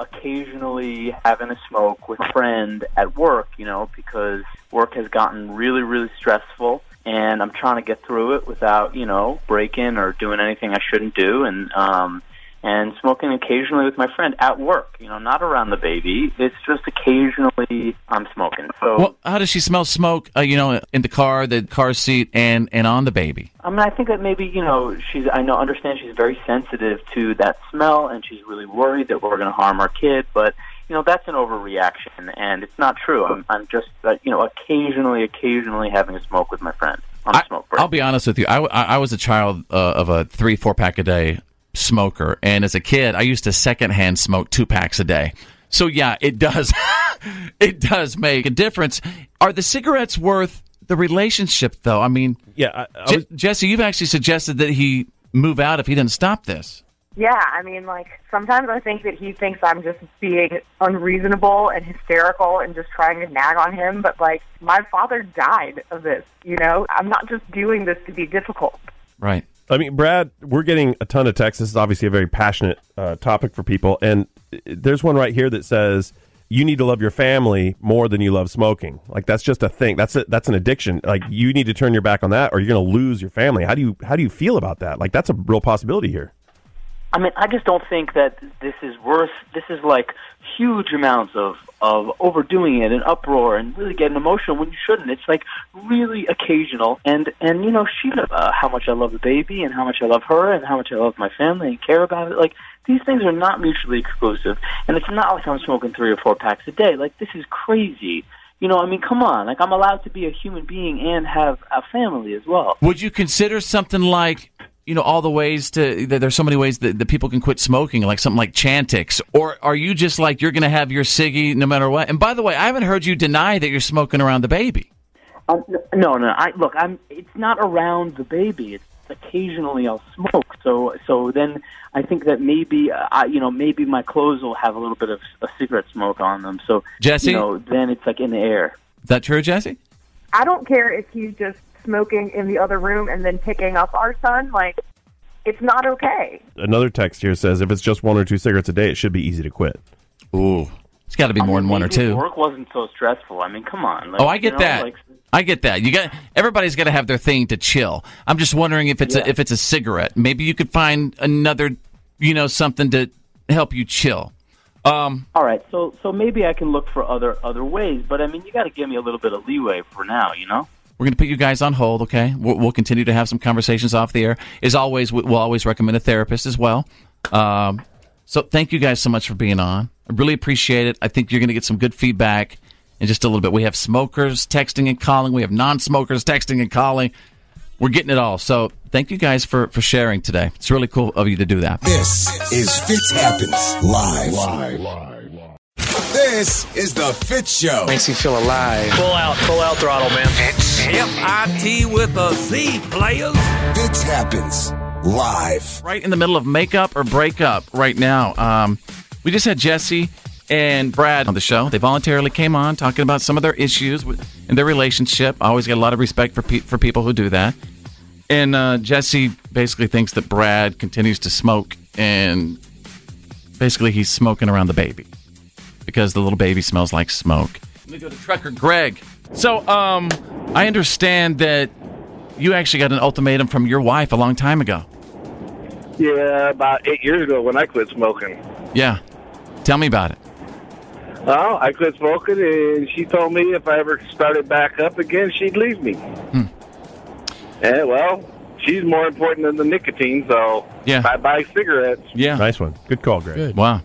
K: occasionally having a smoke with a friend at work, you know, because work has gotten really, really stressful and I'm trying to get through it without, you know, breaking or doing anything I shouldn't do and um and smoking occasionally with my friend at work, you know, not around the baby. It's just occasionally I'm smoking. So
I: Well, how does she smell smoke? Uh, you know, in the car, the car seat, and and on the baby.
K: I mean, I think that maybe you know she's. I know, understand she's very sensitive to that smell, and she's really worried that we're going to harm our kid. But you know, that's an overreaction, and it's not true. I'm, I'm just, uh, you know, occasionally, occasionally having a smoke with my friend on a smoke break.
I: I'll be honest with you. I, w- I- I was a child uh, of a three four pack a day smoker, and as a kid, I used to secondhand smoke two packs a day. So yeah, it does it does make a difference. Are the cigarettes worth the relationship though? I mean,
H: yeah,
I: Je- Jesse, you've actually suggested that he move out if he didn't stop this.
U: Yeah, I mean, like sometimes I think that he thinks I'm just being unreasonable and hysterical and just trying to nag on him. But like, my father died of this. You know, I'm not just doing this to be difficult.
I: Right.
H: I mean, Brad, we're getting a ton of texts. This is obviously a very passionate uh, topic for people. And uh, there's one right here that says, you need to love your family more than you love smoking. Like that's just a thing. That's a, that's an addiction. Like you need to turn your back on that, or you're going to lose your family. How do you how do you feel about that? Like that's a real possibility here.
K: I mean, I just don't think that this is worth. This is like huge amounts of of overdoing it and uproar and really getting emotional when you shouldn't. It's like really occasional. And and you know, she knows uh, how much I love the baby and how much I love her and how much I love my family and care about it. Like these things are not mutually exclusive. And it's not like I'm smoking three or four packs a day. Like this is crazy. You know, I mean, come on. Like I'm allowed to be a human being and have a family as well.
I: Would you consider something like you know all the ways to that there's so many ways that, that people can quit smoking, like something like Chantix, or are you just like you're going to have your ciggy no matter what? And by the way, I haven't heard you deny that you're smoking around the baby.
K: Um, n- no, no. I look. I'm. It's not around the baby. It's occasionally I'll smoke. So, so then I think that maybe uh, I, you know, maybe my clothes will have a little bit of a cigarette smoke on them. So,
I: Jesse?
K: you know, then it's like in the air.
I: Is that true, Jesse?
U: I don't care if he's just smoking in the other room and then picking up our son. Like, it's not okay.
H: Another text here says, if it's just one or two cigarettes a day, it should be easy to quit.
I: Ooh, it's got to be more than one or
K: Maybe
I: two.
K: Work wasn't so stressful. I mean, come on. Like,
I: Oh, I
K: you
I: get
K: know,
I: that.
K: like-
I: I get that. You got everybody's got to have their thing to chill. I'm just wondering if it's a, if it's a cigarette. Maybe you could find another, you know, something to help you chill. Um,
K: all right. So, so maybe I can look for other other ways. But I mean, you got to give me a little bit of leeway for now. You know.
I: We're going to put you guys on hold, okay? We'll, we'll continue to have some conversations off the air. As always, we- we'll always recommend a therapist as well. Um, so thank you guys so much for being on. I really appreciate it. I think you're going to get some good feedback in just a little bit. We have smokers texting and calling, we have non smokers texting and calling. We're getting it all. So thank you guys for, for sharing today. It's really cool of you to do that.
F: This is Fitz Happens Live. This is the Fitz Show. Makes you feel alive.
G: Full out, full out throttle, man. F-I-T with a Z, players.
F: Fitz happens live.
I: Right in the middle of makeup or breakup right now. Um, we just had Jesse and Brad on the show. They voluntarily came on talking about some of their issues with, in their relationship. I always get a lot of respect for pe- for people who do that. And uh, Jesse basically thinks that Brad continues to smoke, and basically he's smoking around the baby because the little baby smells like smoke. Let me go to Trucker Greg. So, um, I understand that you actually got an ultimatum from your wife a long time ago.
V: Yeah, about eight years ago when I quit smoking.
I: Yeah. Tell me about it.
V: Well, I quit smoking, and she told me if I ever started back up again, she'd leave me.
I: Hmm.
V: And well, she's more important than the nicotine, so
I: Yeah.
V: I buy cigarettes.
I: Yeah.
H: Nice one. Good call, Greg.
I: Wow.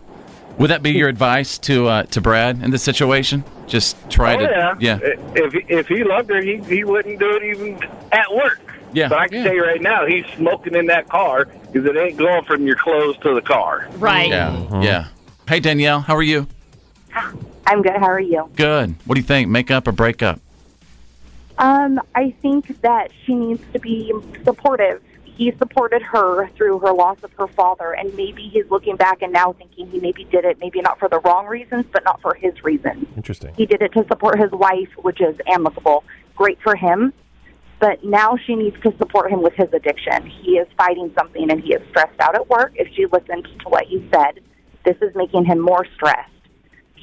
I: Would that be your advice to uh, to Brad in this situation? Just try
V: oh,
I: to
V: yeah.
I: yeah.
V: I- If if he loved her, he he wouldn't do it even at work.
I: Yeah.
V: But I can tell you right now, he's smoking in that car because it ain't going from your clothes to the car.
S: Right.
I: Yeah.
H: Mm-hmm.
I: Yeah. Hey Danielle, how are you?
W: I'm good. How are you?
I: Good. What do you think? Make up or break up?
W: Um, I think that she needs to be supportive. He supported her through her loss of her father, and maybe he's looking back and now thinking he maybe did it, maybe not for the wrong reasons, but not for his reasons.
H: Interesting.
W: He did it to support his wife, which is amicable. Great for him. but now she needs to support him with his addiction. He is fighting something and he is stressed out at work. If she listens to what he said, this is making him more stressed.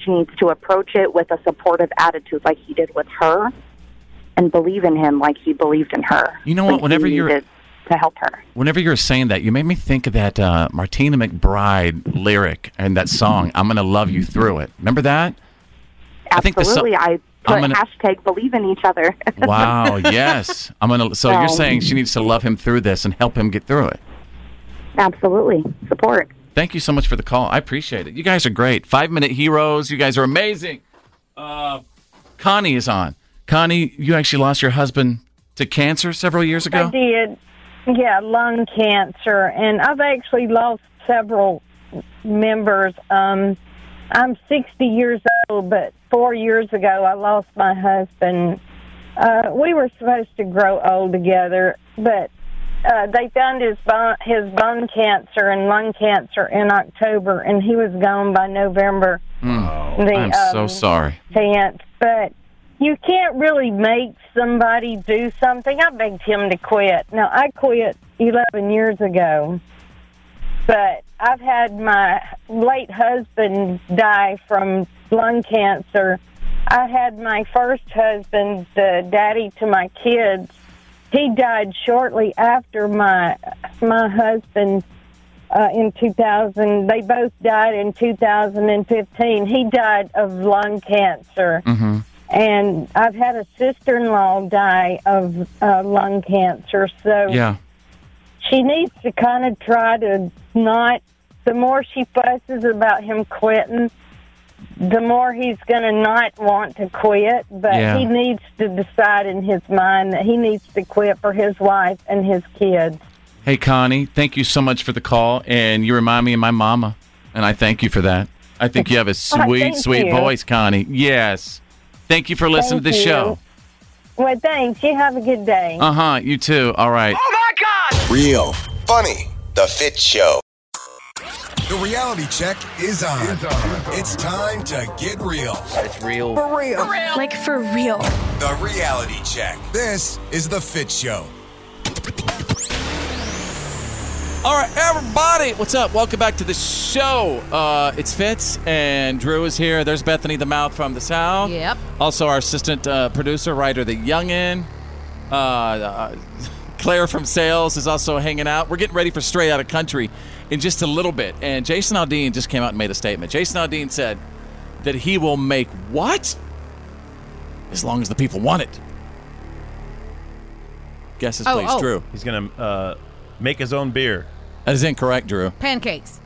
W: She needs to approach it with a supportive attitude like he did with her and believe in him like he believed in her.
I: You know what?
W: When he
I: Whenever you're-
W: needed to help her.
I: Whenever you were saying that, you made me think of that uh, Martina McBride lyric and that song, I'm going to love you through it. Remember that? I think the so-
W: Absolutely. I put
I: I'm gonna-
W: hashtag believe in each other.
I: Wow, yes. I'm going to So you're
W: Um,
I: saying she needs to love him through this and help him get through it.
W: Absolutely. Support.
I: Thank you so much for the call. I appreciate it. You guys are great. 5-minute heroes. You guys are amazing. Uh, Connie is on. Connie, you actually lost your husband to cancer several years ago.
A: I did. Yeah, lung cancer, and I've actually lost several members. Um, I'm 60 years old, but four years ago I lost my husband. Uh, we were supposed to grow old together, but uh, they found his bone, his bone cancer and lung cancer in October, and he was gone by November.
I: Mm.
A: The,
I: I'm so
A: um,
I: sorry.
A: chance, but you can't really make somebody do something. I begged him to quit. Now, I quit 11 years ago, but I've had my late husband die from lung cancer. I had my first husband, the daddy to my kids. He died shortly after my my husband uh, in 2000. They both died in 2015. He died of lung cancer.
C: Mm-hmm.
A: And I've had a sister in law die of uh, lung cancer. So
I: Yeah.
A: she needs to kind of try to not, the more she fusses about him quitting, the more he's going to not want to quit. But
I: Yeah.
A: he needs to decide in his mind that he needs to quit for his wife and his kids.
I: Hey Connie, thank you so much for the call and you remind me of my mama and I thank you for that. I think you have a
A: Oh,
I: sweet
A: thank
I: sweet
A: you.
I: voice, Connie. Yes. Thank you for listening to
A: Thank
I: the
A: you.
I: show.
A: Well, thanks. You have a good day.
I: Uh-huh, you too. All right.
F: Real. Funny. The Fit Show. The reality check is on. It's, time to get real. It's real.
O: For real. Like for real.
F: The reality check. This is The Fit Show.
I: All right, everybody, what's up? Welcome back to the show. Uh, it's Fitz and Drew is here. There's Bethany the Mouth from the South.
J: Yep.
I: Also, our assistant uh, producer, writer, the Youngin. Uh, uh, Claire from Sales is also hanging out. We're getting ready for Straight Out of Country in just a little bit. And Jason Aldean just came out and made a statement. Jason Aldean said that he will make what? As long as the people want it. Guesses,
J: Oh,
I: please,
J: oh.
I: Drew.
H: He's going to uh, make his own beer.
I: That is incorrect, Drew.
J: Pancakes.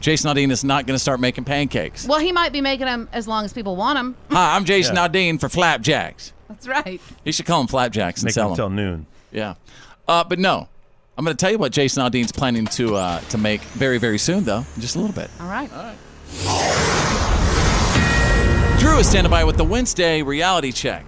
I: Jason Aldean is not going to start making pancakes.
J: Well, he might be making them as long as people want them.
I: Hi, I'm Jason Aldean for Flapjacks.
J: That's right.
I: You should call them Flapjacks and
H: Make
I: sell
H: them till noon.
I: Yeah, uh, but no, I'm going to tell you what Jason Aldean's planning to uh, to make very very soon though, in just a little bit.
J: All right. All right.
I: Drew is standing by with the Wednesday reality check.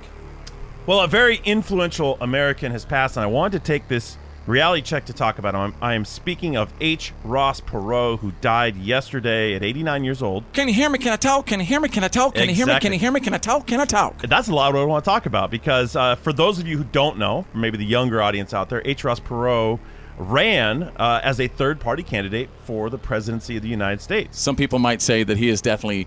H: Well, a very influential American has passed, and I wanted to take this reality check to talk about him. I'm, I am speaking of H. Ross Perot, who died yesterday at 89 years old.
I: Can you hear me? Can I talk? Can you hear me? Can I talk? Can you hear me?
H: Exactly.
I: Can you hear me? Can I talk? Can I talk?
H: That's a lot of what I want to talk about because uh, for those of you who don't know, or maybe the younger audience out there, H. Ross Perot ran uh, as a third party candidate for the presidency of the United States.
I: Some people might say that he is definitely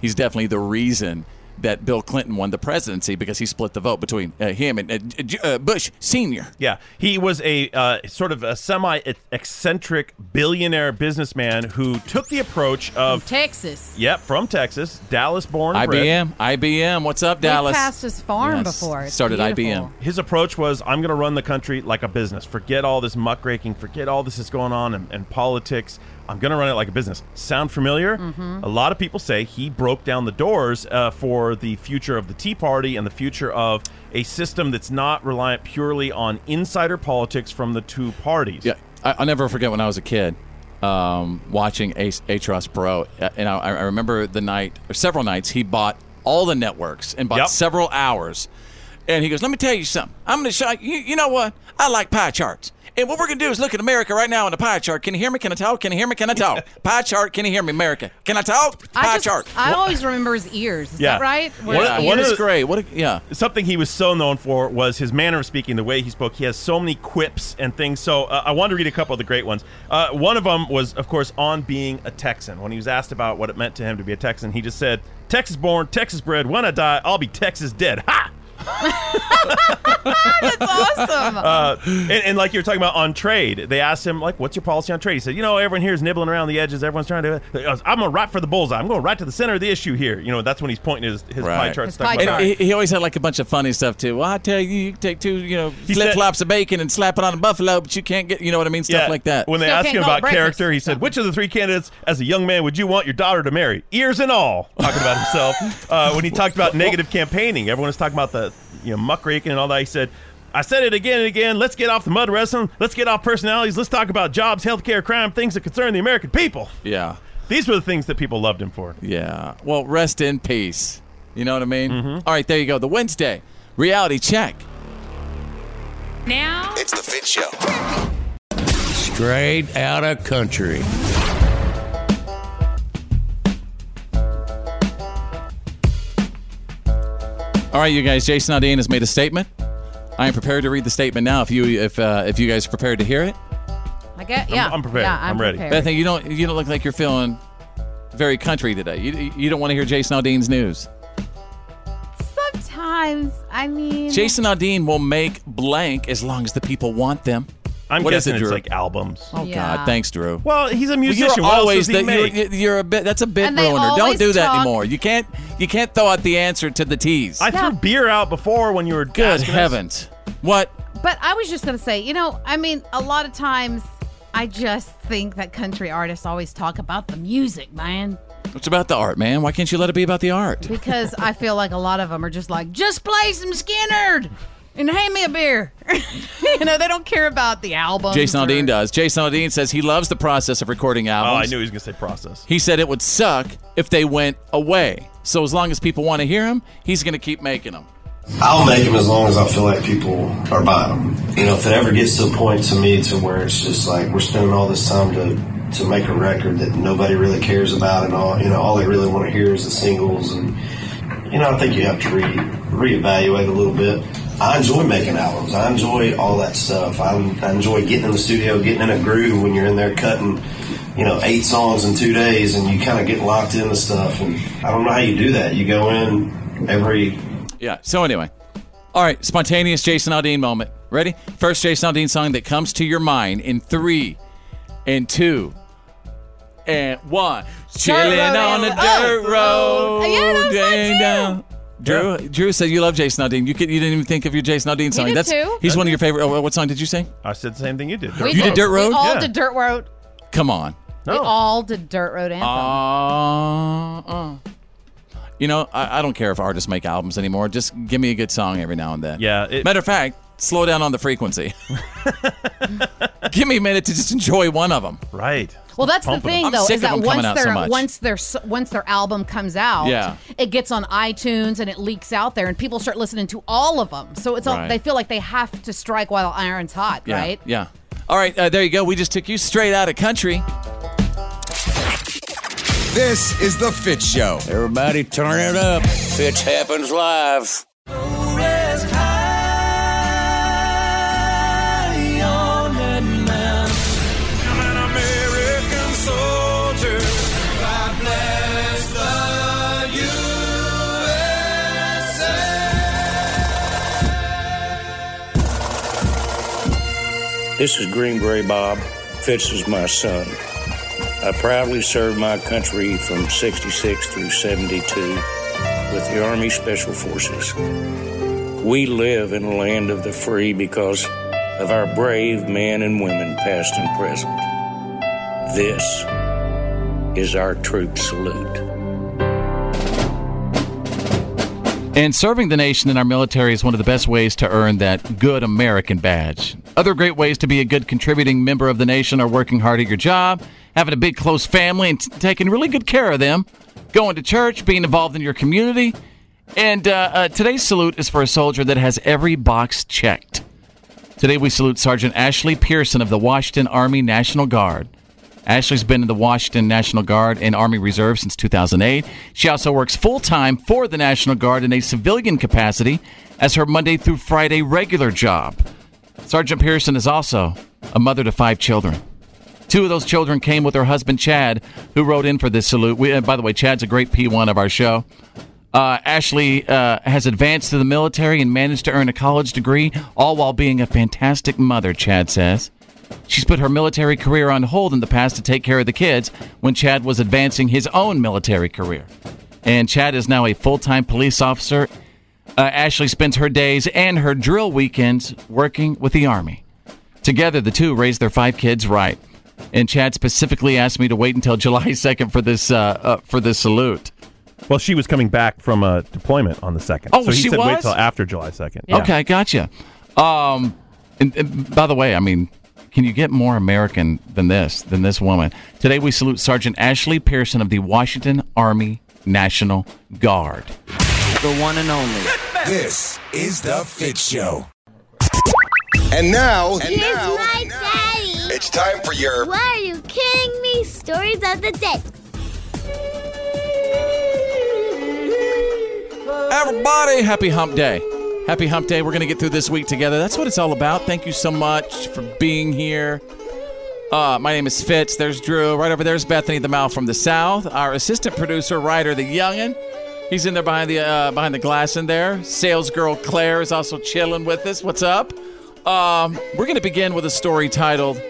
I: he's definitely the reason that Bill Clinton won the presidency because he split the vote between uh, him and uh, J- J- uh, Bush Senior.
H: Yeah, he was a uh, sort of a semi eccentric billionaire businessman who took the approach of
J: Texas.
H: Yep, from Texas, Dallas born. and bred.
I: IBM, IBM. What's up, Dallas?
J: We've passed his farm
I: Yes.
J: before. It's
I: Started
J: beautiful.
I: IBM.
H: His approach was, I'm going to run the country like a business. Forget all this muckraking. Forget all this that's going on and, and politics. I'm going to run it like a business. Sound familiar?
L: Mhm.
J: Mm-hmm.
H: A lot of people say he broke down the doors uh, for the future of the Tea Party and the future of a system that's not reliant purely on insider politics from the two parties.
I: Yeah, I, I'll never forget when I was a kid um, watching Ace- H. Ross Perot, uh, and I, I remember the night or several nights he bought all the networks and bought several hours, and he goes, "Let me tell you something. I'm going to show you. You know what? I like pie charts, And what we're going to do is look at America right now on the pie chart. Can you hear me? Can I talk? Can you hear me? Can I talk? pie chart. Can you hear me, America? Can I talk?
J: I
I: pie
J: just-
I: chart.
J: I always remember his ears. Is that right? Where
H: What-
J: his
H: what
J: ears-
H: is-
I: great. What? yeah.
H: Something he was so known for was his manner of speaking, the way he spoke. He has so many quips and things. So uh, I wanted to read a couple of the great ones. Uh, one of them was, of course, on being a Texan. When he was asked about what it meant to him to be a Texan, he just said, "Texas born, Texas bred. When I die, I'll be Texas dead." Ha!
J: awesome.
H: Uh, and, and like you were talking about on trade, they asked him like, "What's your policy on trade?" He said, "You know, everyone here is nibbling around the edges. Everyone's trying to. uh, I'm going right for the bullseye. I'm going right to the center of the issue here. You know, that's when he's pointing his, his pie chart. stuff like that.
I: And he, he always had like a bunch of funny stuff too. Well, I tell you, you can take two, you know, flip flops of bacon and slap it on a buffalo, but you can't get, you know what I mean, stuff
H: Yeah.
I: like that.
H: When they asked him about character, he said, "Which of the three candidates, as a young man, would you want your daughter to marry?" Ears and all, talking about himself. Uh, when he talked about negative campaigning, everyone was talking about the you know muckraking and all that. He said, "I said it again and again. Let's get off the mud wrestling. Let's get off personalities. Let's talk about jobs, healthcare, crime, things that concern the American people."
I: Yeah.
H: These were the things that people loved him for.
I: Yeah. Well, rest in peace. You know what I mean?
H: Mm-hmm.
I: All right, there you go. The Wednesday reality check.
J: Now
F: it's the Fit Show.
L: Straight out of country.
I: All right, you guys. Jason Aldean has made a statement. I am prepared to read the statement now. If you if uh, if you guys are prepared to hear it,
J: I get, yeah. Yeah, I'm, prepared.
I: Bethany, you don't you don't look like you're feeling very country today. You you don't want to hear Jason Aldean's news.
J: Mm-hmm. Sometimes, I mean.
I: Jason Aldean will make blank as long as the people want them.
H: I'm
I: What is
H: guessing
I: it,
H: it's
I: Drew?
H: like albums.
I: Oh
J: Yeah.
I: God, thanks, Drew.
H: Well, he's a musician.
I: You're
H: What else
I: always
H: does he
I: that- you're-
H: make?
I: You're, a bit. That's a bit
J: And they
I: ruiner.
J: always
I: Don't do that
J: talk-
I: anymore. You can't. You can't throw out the answer to the tease.
J: I threw Yeah.
H: beer out before when you were.
I: Good
H: asking us.
I: heavens! What?
J: But I was just going to say, you know, I mean, a lot of times I just think that country artists always talk about the music, man.
I: It's about the art, man. Why can't you let it be about the art?
J: Because I feel like a lot of them are just like, just play some Skinnerd and hand me a beer. you know, they don't care about the album.
I: Jason Aldean does. Jason Aldean says he loves the process of recording
H: Oh, I
I: albums.
H: knew he was gonna say process.
I: He said it would suck if they went away. So as long as people want to hear him, he's going to keep making them.
M: I'll make them as long as I feel like people are buying them. You know, if it ever gets to a point to me to where it's just like we're spending all this time to to make a record that nobody really cares about, and all you know, all they really want to hear is the singles, and you know, I think you have to re reevaluate a little bit. I enjoy making albums. I enjoy all that stuff. I, I enjoy getting in the studio, getting in a groove when you're in there cutting, you know, eight songs in two days, and you kind of get locked into stuff. And I don't know how you do that. You go in every
I: Yeah. So anyway, all right, spontaneous Jason Aldean moment. Ready? First Jason Aldean song that comes to your mind in three, and two, and one. Chilling on the
J: Oh.
I: dirt road.
J: Yeah, that was
I: Dang down. Drew, Drew said you love Jason Aldean. You could, you didn't even think of your Jason Aldean song.
J: did
I: That's
J: too.
I: he's one of your favorite. Oh, what song did you sing?
H: I said the same thing you did.
I: you did Dirt Road.
J: We all did Dirt Road.
I: Come on.
J: We all did Dirt Road Anthem.
I: Oh, Uh, uh. You know, I, I don't care if artists make albums anymore. Just give me a good song every now and then.
H: Yeah.
I: Matter of fact, slow down on the frequency. give me a minute to just enjoy one of them.
H: Right.
J: Well, that's the thing,
I: I'm
J: though,
I: sick
J: is
I: of
J: that
I: them
J: once
I: coming out
J: their
I: so much.
J: once their s- once their album comes out,
I: Yeah.
J: it gets on iTunes and it leaks out there, and people start listening to all of them. So it's all,
I: Right.
J: they feel like they have to strike while iron's hot,
I: yeah,
J: right?
I: Yeah. All right, uh, there you go. We just took you straight out of country.
L: This is the Fit Show. Everybody, turn it up. Fitch happens live.
N: This is Green Gray Bob. Fitz is my son. I proudly served my country from 66 through 72 with the Army Special Forces. We live in a land of the free because of our brave men and women, past and present. This is our troop salute.
I: And serving the nation in our military is one of the best ways to earn that good American badge. Other great ways to be a good contributing member of the nation are working hard at your job, having a big close family, and t- taking really good care of them, going to church, being involved in your community. And uh, uh, today's salute is for a soldier that has every box checked. Today we salute Sergeant Ashley Pearson of the Washington Army National Guard. Ashley's been in the Washington National Guard and Army Reserve since 2008. She also works full time for the National Guard in a civilian capacity as her Monday through Friday regular job. Sergeant Pearson is also a mother to five children. Two of those children came with her husband Chad, who wrote in for this salute. We, and by the way, Chad's a great P1 of our show. Uh, Ashley uh, has advanced to the military and managed to earn a college degree, all while being a fantastic mother, Chad says. She's put her military career on hold in the past to take care of the kids when Chad was advancing his own military career. And Chad is now a full time police officer. Uh, Ashley spends her days and her drill weekends working with the Army. Together, the two raise their five kids right. And Chad specifically asked me to wait until July 2nd for this uh, uh, for this salute.
H: Well, she was coming back from a deployment on the second.
I: Oh,
H: so he
I: she
H: said wait
I: was?
H: till after July second.
I: Okay, gotcha. Um, and, and by the way, I mean, can you get more American than this than this woman? Today we salute Sergeant Ashley Pearson of the Washington Army National Guard.
F: The one and only. This is the Fit Show. And now, Oh, and
B: Here's
F: now,
B: my daddy.
F: it's time for your
B: Why are you kidding me? Stories of the day.
I: Everybody, happy hump day. Happy hump day. We're going to get through this week together. That's what it's all about. Thank you so much for being here. Uh, my name is Fitz. There's Drew. Right over there's Bethany the Mouth from the South. Our assistant producer, Ryder the Youngin. He's in there behind the uh, behind the glass in there. Sales girl Claire is also chilling with us. What's up? Um, we're going to begin with a story titled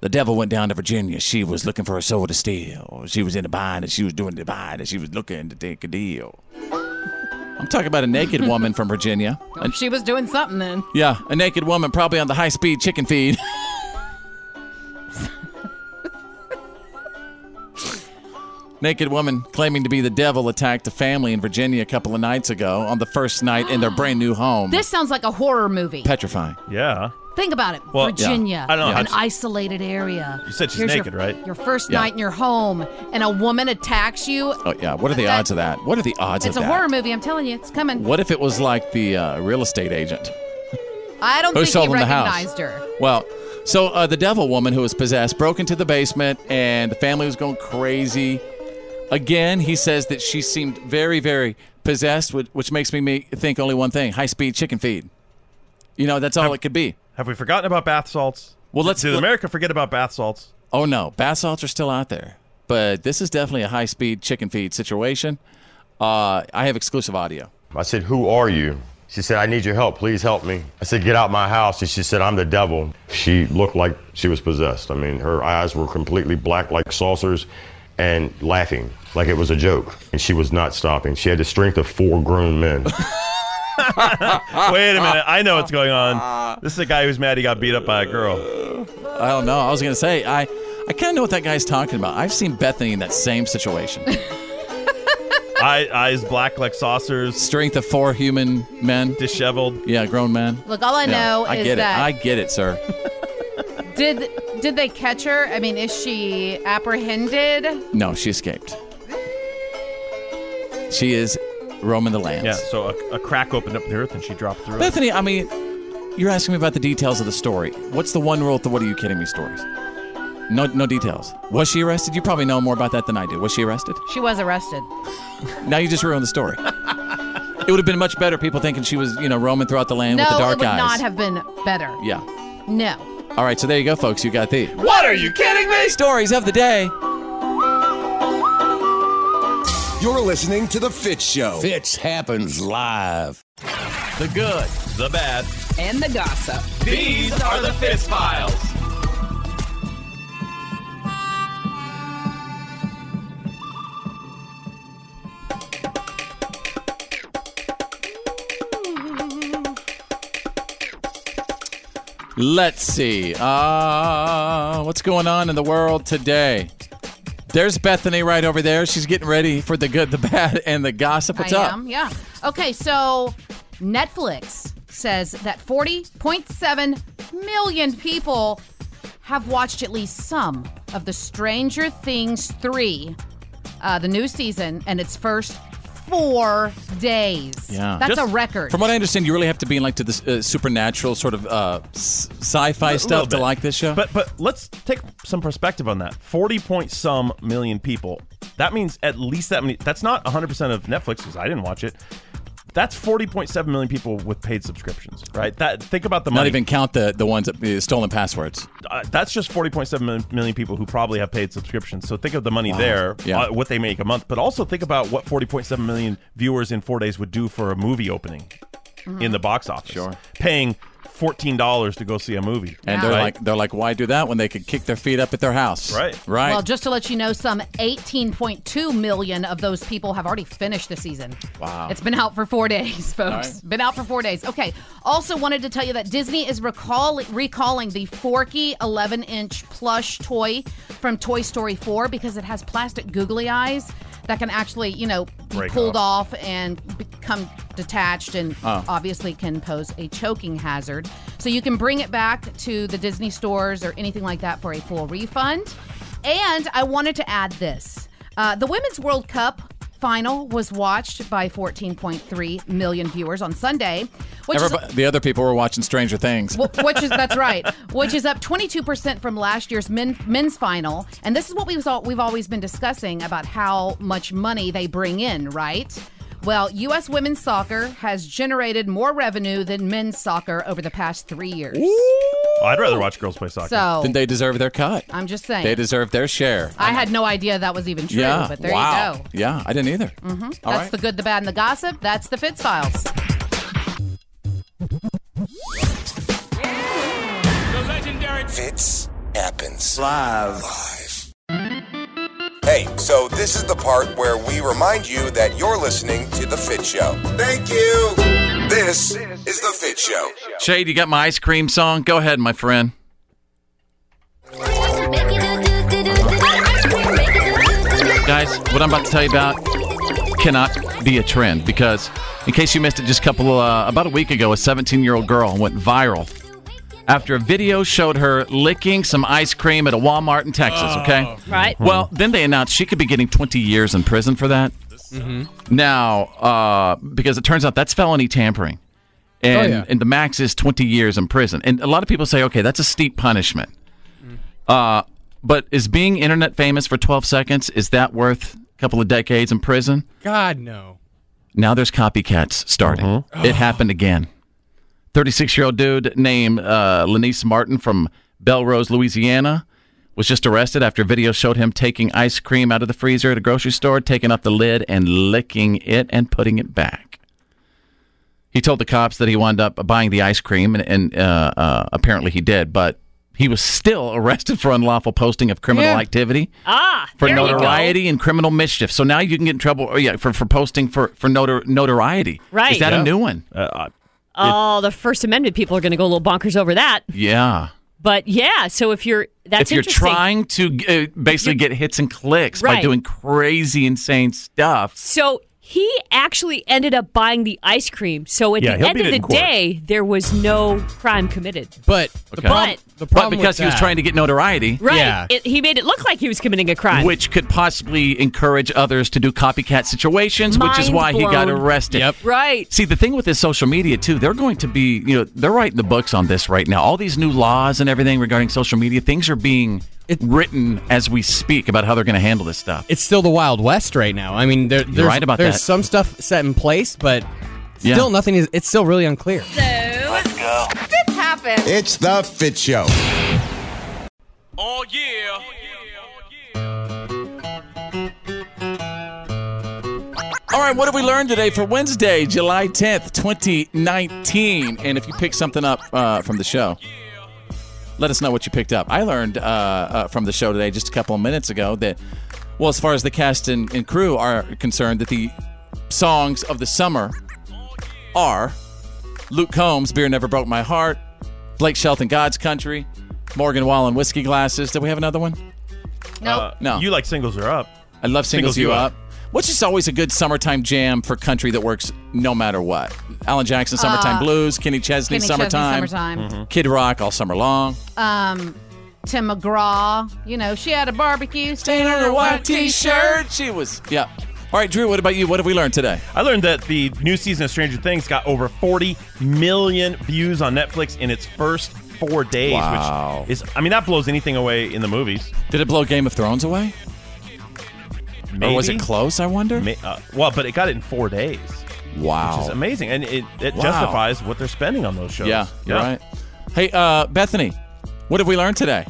I: the devil went down to Virginia. She was looking for a soul to steal. She was in the bind and she was doing the bind and she was looking to take a deal. I'm talking about a naked woman from Virginia. A-
J: She was doing something then.
I: yeah, a naked woman probably on the high speed chicken feed. naked woman claiming to be the devil attacked a family in Virginia a couple of nights ago on the first night in their brand new home.
J: This sounds like a horror movie.
I: Petrifying.
H: Yeah.
J: Think about it.
I: Well, yeah.
J: Virginia.
I: I don't know how
J: An
I: she-
J: isolated area.
I: You said she's
J: your-
I: naked, right?
J: Your first
I: Yeah.
J: night in your home, and a woman attacks you.
I: Oh, yeah. What are the odds of that? What are the odds
J: It's
I: of
J: a
I: that?
J: horror movie. I'm telling you, it's coming.
I: What if it was like the uh, real estate agent?
J: I don't
I: Who
J: think
I: sold
J: he
I: him the house?
J: recognized her.
I: Well, so uh, the devil woman who was possessed broke into the basement, and the family was going crazy. Again, he says that she seemed very, very possessed, which, which makes me me think only one thing: high-speed chicken feed. You know, that's all it could be.
H: Have we forgotten about bath salts?
I: Well, let's.
H: Did America forget about bath salts?
I: Oh no, bath salts are still out there, but this is definitely a high-speed chicken feed situation. Uh, I have exclusive audio.
D: I said, Who are you? She said, I need your help. Please help me. I said, Get out my house. And she said, I'm the devil. She looked like she was possessed. I mean, her eyes were completely black like saucers and laughing like it was a joke. And she was not stopping. She had the strength of four grown men.
H: Wait a minute. I know what's going
I: Uh,
H: on. This is a guy who's mad he got beat up by a girl.
I: I don't know. I was gonna say I, I kind of know what that guy's talking about. I've seen Bethany in that same situation.
H: Eye, eyes black like saucers.
I: Strength of four human men.
H: Disheveled.
I: Yeah, grown men.
J: Look, all I
I: Yeah,
J: know
I: I
J: is
I: get
J: that
I: it. I get it, sir.
J: did did they catch her? I mean, is she apprehended?
I: No, she escaped. She is roaming the lands.
H: Yeah, so a, a crack opened up in the earth and she dropped through it.
I: Bethany, I mean, you're asking me about the details of the story. What's the one rule at the What Are You Kidding Me stories? No, no details. Was she arrested? You probably know more about that than I do. Was she arrested?
J: She was arrested.
I: Now you just ruined the story. it would have been much better. People thinking she was, you know, roaming throughout the land
J: no,
I: with the dark
J: it would
I: eyes.
J: not have been better.
I: yeah.
J: No.
I: All right, so there you go, folks. You got the
J: What are you kidding me?
I: stories of the day.
F: You're listening to the Fit Show.
L: Fitz happens live.
I: The good,
H: the bad.
E: and the gossip.
G: These are the Fitz Files.
I: Let's see. Uh, what's going on in the world today? There's Bethany right over there. She's getting ready for the good, the bad, and the gossip. What's
J: I
I: up?
J: am, yeah. Okay, so Netflix says that 40.7 million people have watched at least some of the Stranger Things 3, uh, the new season, and its first four days.
I: Yeah,
J: That's
I: Just-
J: a record.
I: From what I understand, you really have to be in like to this uh, supernatural sort of uh, s- sci-fi
H: Li- little
I: stuff to
H: bit.
I: like this show.
H: But but let's take some perspective on that. Forty point some million people. That means at least that many. That's not hundred percent of Netflix because I didn't watch it. That's forty point seven million people with paid subscriptions, right? That think about the
I: not
H: money.
I: even count the the ones that uh, stolen passwords.
H: uh, that's just 40.7 mil- million people who probably have paid subscriptions. So think of the money
I: Wow.
H: there,
I: Yeah.
H: uh, what they make a month, but also think about what 40.7 million viewers in four days would do for a movie opening
I: Mhm.
H: in the box office. Sure. Paying $14 to go see a movie.
I: And they're
H: Right?
I: like, they're like, why do that when they could kick their feet up at their house?
H: Right.
I: Right.
J: Well, just to let you know, some 18.2 million of those people have already finished the season.
I: wow.
J: It's been out for four days, folks.
I: All right.
J: Been out for four days. Okay. Also, wanted to tell you that Disney is recall- recalling the Forky 11 inch plush toy from Toy Story 4 because it has plastic googly eyes that can actually, you know, be
I: Break
J: pulled off. and become detached and
I: Oh.
J: obviously can pose a choking hazard. So you can bring it back to the Disney stores or anything like that for a full refund. And I wanted to add this uh, the Women's World Cup final was watched by 14.3 million viewers on Sunday, which is
I: Everybo- the other people were watching Stranger Things.
J: Wh- which is that's right, which is up 22% from last year's men, men's final. And this is what we've al- we've always been discussing about how much money they bring in, right? Well, U.S. women's soccer has generated more revenue than men's soccer over the past three years.
H: Oh, I'd rather watch girls play soccer.
J: So-
I: Then they deserve their cut.
J: I'm just saying.
I: They deserve their share.
J: I had no idea that was even true,
I: yeah.
J: but there
I: wow.
J: you go.
I: Yeah, I didn't either.
J: hmm That's
I: All right.
J: the good, the bad, and the gossip. That's the Fitz Files.
F: The legendary Fits happens live. Live. Hey, so this is the part where we remind you that you're listening to The Fit Show. Thank you. This is The Fit Show.
I: Shade, you got my ice cream song? Go ahead, my friend. Guys, what I'm about to tell you about cannot be a trend because, in case you missed it, just a couple uh, about a week ago, a 17 year old girl went viral after a video showed her licking some ice cream at a Walmart in Texas. Okay,
S: Right.
I: Well, then they announced she could be getting 20 years in prison for that. Now, uh, because it turns out that's felony tampering. And,
R: yeah.
I: and the max is 20 years in prison. And a lot of people say, okay, that's a steep punishment. Uh, but is being internet famous for 12 seconds, is that worth a couple of decades in prison?
R: God, no.
I: Now there's copycats starting. It happened again. 36 year old dude named uh, Lanice Martin from Belrose, Louisiana, was just arrested after a video showed him taking ice cream out of the freezer at a grocery store, taking off the lid and licking it and putting it back. He told the cops that he wound up buying the ice cream, and, and uh, uh, apparently he did, but he was still arrested for unlawful posting of criminal
S: Yeah.
I: activity
S: Ah,
I: for
S: there you go.
I: notoriety and criminal mischief. So now you can get in trouble or yeah, for, for posting for, for notor- notoriety.
S: Right.
I: Is that
S: Yeah.
I: a new one?
S: Uh, Oh, the First Amendment people are going to go a little bonkers over that.
I: yeah.
S: But yeah, so if you're that's
I: if you're
S: interesting.
I: trying to uh, basically get hits and clicks by
S: Right.
I: doing crazy, insane stuff,
S: So he actually ended up buying the ice cream. So at
I: Yeah,
S: the
I: he'll
S: end
I: beat
S: of
I: it
S: the
I: in court.
S: day, there was no crime committed.
R: But
I: the
S: problem- But- the problem
I: but because
S: with
I: he was
S: that-
I: trying to get notoriety,
S: Right. It, he made it look like he was committing a crime.
I: Which could possibly encourage others to do copycat situations, which is
S: Mind
I: why he got
S: blown.
I: arrested.
S: Right.
I: See, the thing with this social media, too, they're going to be, you know, they're writing the books on this right now. All these new laws and everything regarding social media, things are being written as we speak about how they're going to handle this stuff.
R: It's still the Wild West right now. I mean, there,
I: You're
R: there's,
I: right about
R: there's
I: that.
R: some stuff set in place, but
I: Yeah.
R: still nothing is. It's still really unclear.
F: Let's go.
J: Fitz happens.
F: It's The Fit Show.
I: Oh, yeah. All right, what have we learned today for Wednesday, July 10th, 2019? And if you pick something up uh, from the show, let us know what you picked up. I learned uh, uh, from the show today just a couple of minutes ago that, well, as far as the cast and, and crew are concerned, that the songs of the summer are Luke Combs, Beer Never Broke My Heart, Blake Shelton, God's Country, Morgan Wallen, Whiskey Glasses. Did we have another one?
J: Nope.
I: no.
H: You like singles are up.
I: I love Singles, You Up. Which is always a good summertime jam for country that works no matter what. Alan Jackson, Summertime
J: Uh,
I: Blues, Kenny Chesney,
J: Kenny Chesney,
I: Summertime,
J: Summertime.
H: Mm-hmm.
J: Mhm.
I: Kid Rock all summer long.
J: Um, Tim McGraw, you know, she had a barbecue, stand on
I: her
J: her
I: white
J: white
I: t-shirt. She was, yeah. All right, Drew, what about you? What have we learned today?
H: I learned that the new season of Stranger Things got over 40 million views on Netflix in its first four days,
I: Wow.
H: which is, I mean, that blows anything away in the movies.
I: Did it blow Game of Thrones away? Or was it close, I wonder?
H: uh, well, but it got it in four days.
I: Wow.
H: Which is amazing. And it, it
I: Wow.
H: justifies what they're spending on those shows.
I: Yeah, you're right. Hey, uh, Bethany, what have we learned today?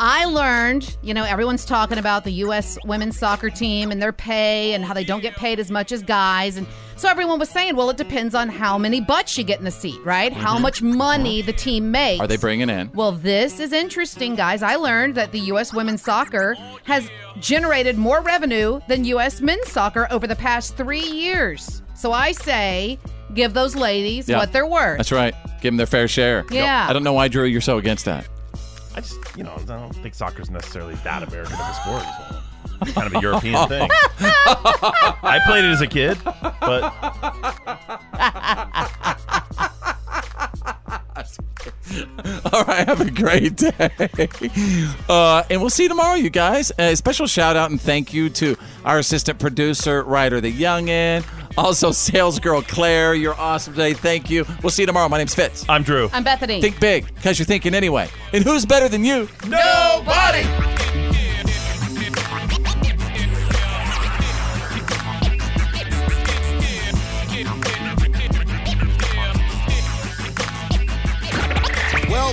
J: I learned, you know, everyone's talking about the U.S. women's soccer team and their pay and how they don't get paid as much as guys. And so everyone was saying, well, it depends on how many butts you get in the seat, right? How
I: Mhm.
J: much money the team makes.
I: Are they bringing in?
J: Well, this is interesting, guys. I learned that the U.S. women's soccer has generated more revenue than U.S. men's soccer over the past three years. So I say, give those ladies
I: Yeah.
J: what they're worth.
I: That's right. Give them their fair share.
J: Yeah.
I: I don't know why, Drew, you're so against that.
H: I just, you know, I don't think soccer's necessarily that American of a sport. It's kind of a European thing. I played it as a kid, but
I: All right, have a great day. Uh, and we'll see you tomorrow, you guys. A special shout out and thank you to our assistant producer, Ryder the Youngin. Also, sales girl Claire, you're awesome today. Thank you. We'll see you tomorrow. My name's Fitz.
H: I'm Drew.
J: I'm Bethany.
I: Think big, because you're thinking anyway. And who's better than you?
J: Nobody!
F: Well,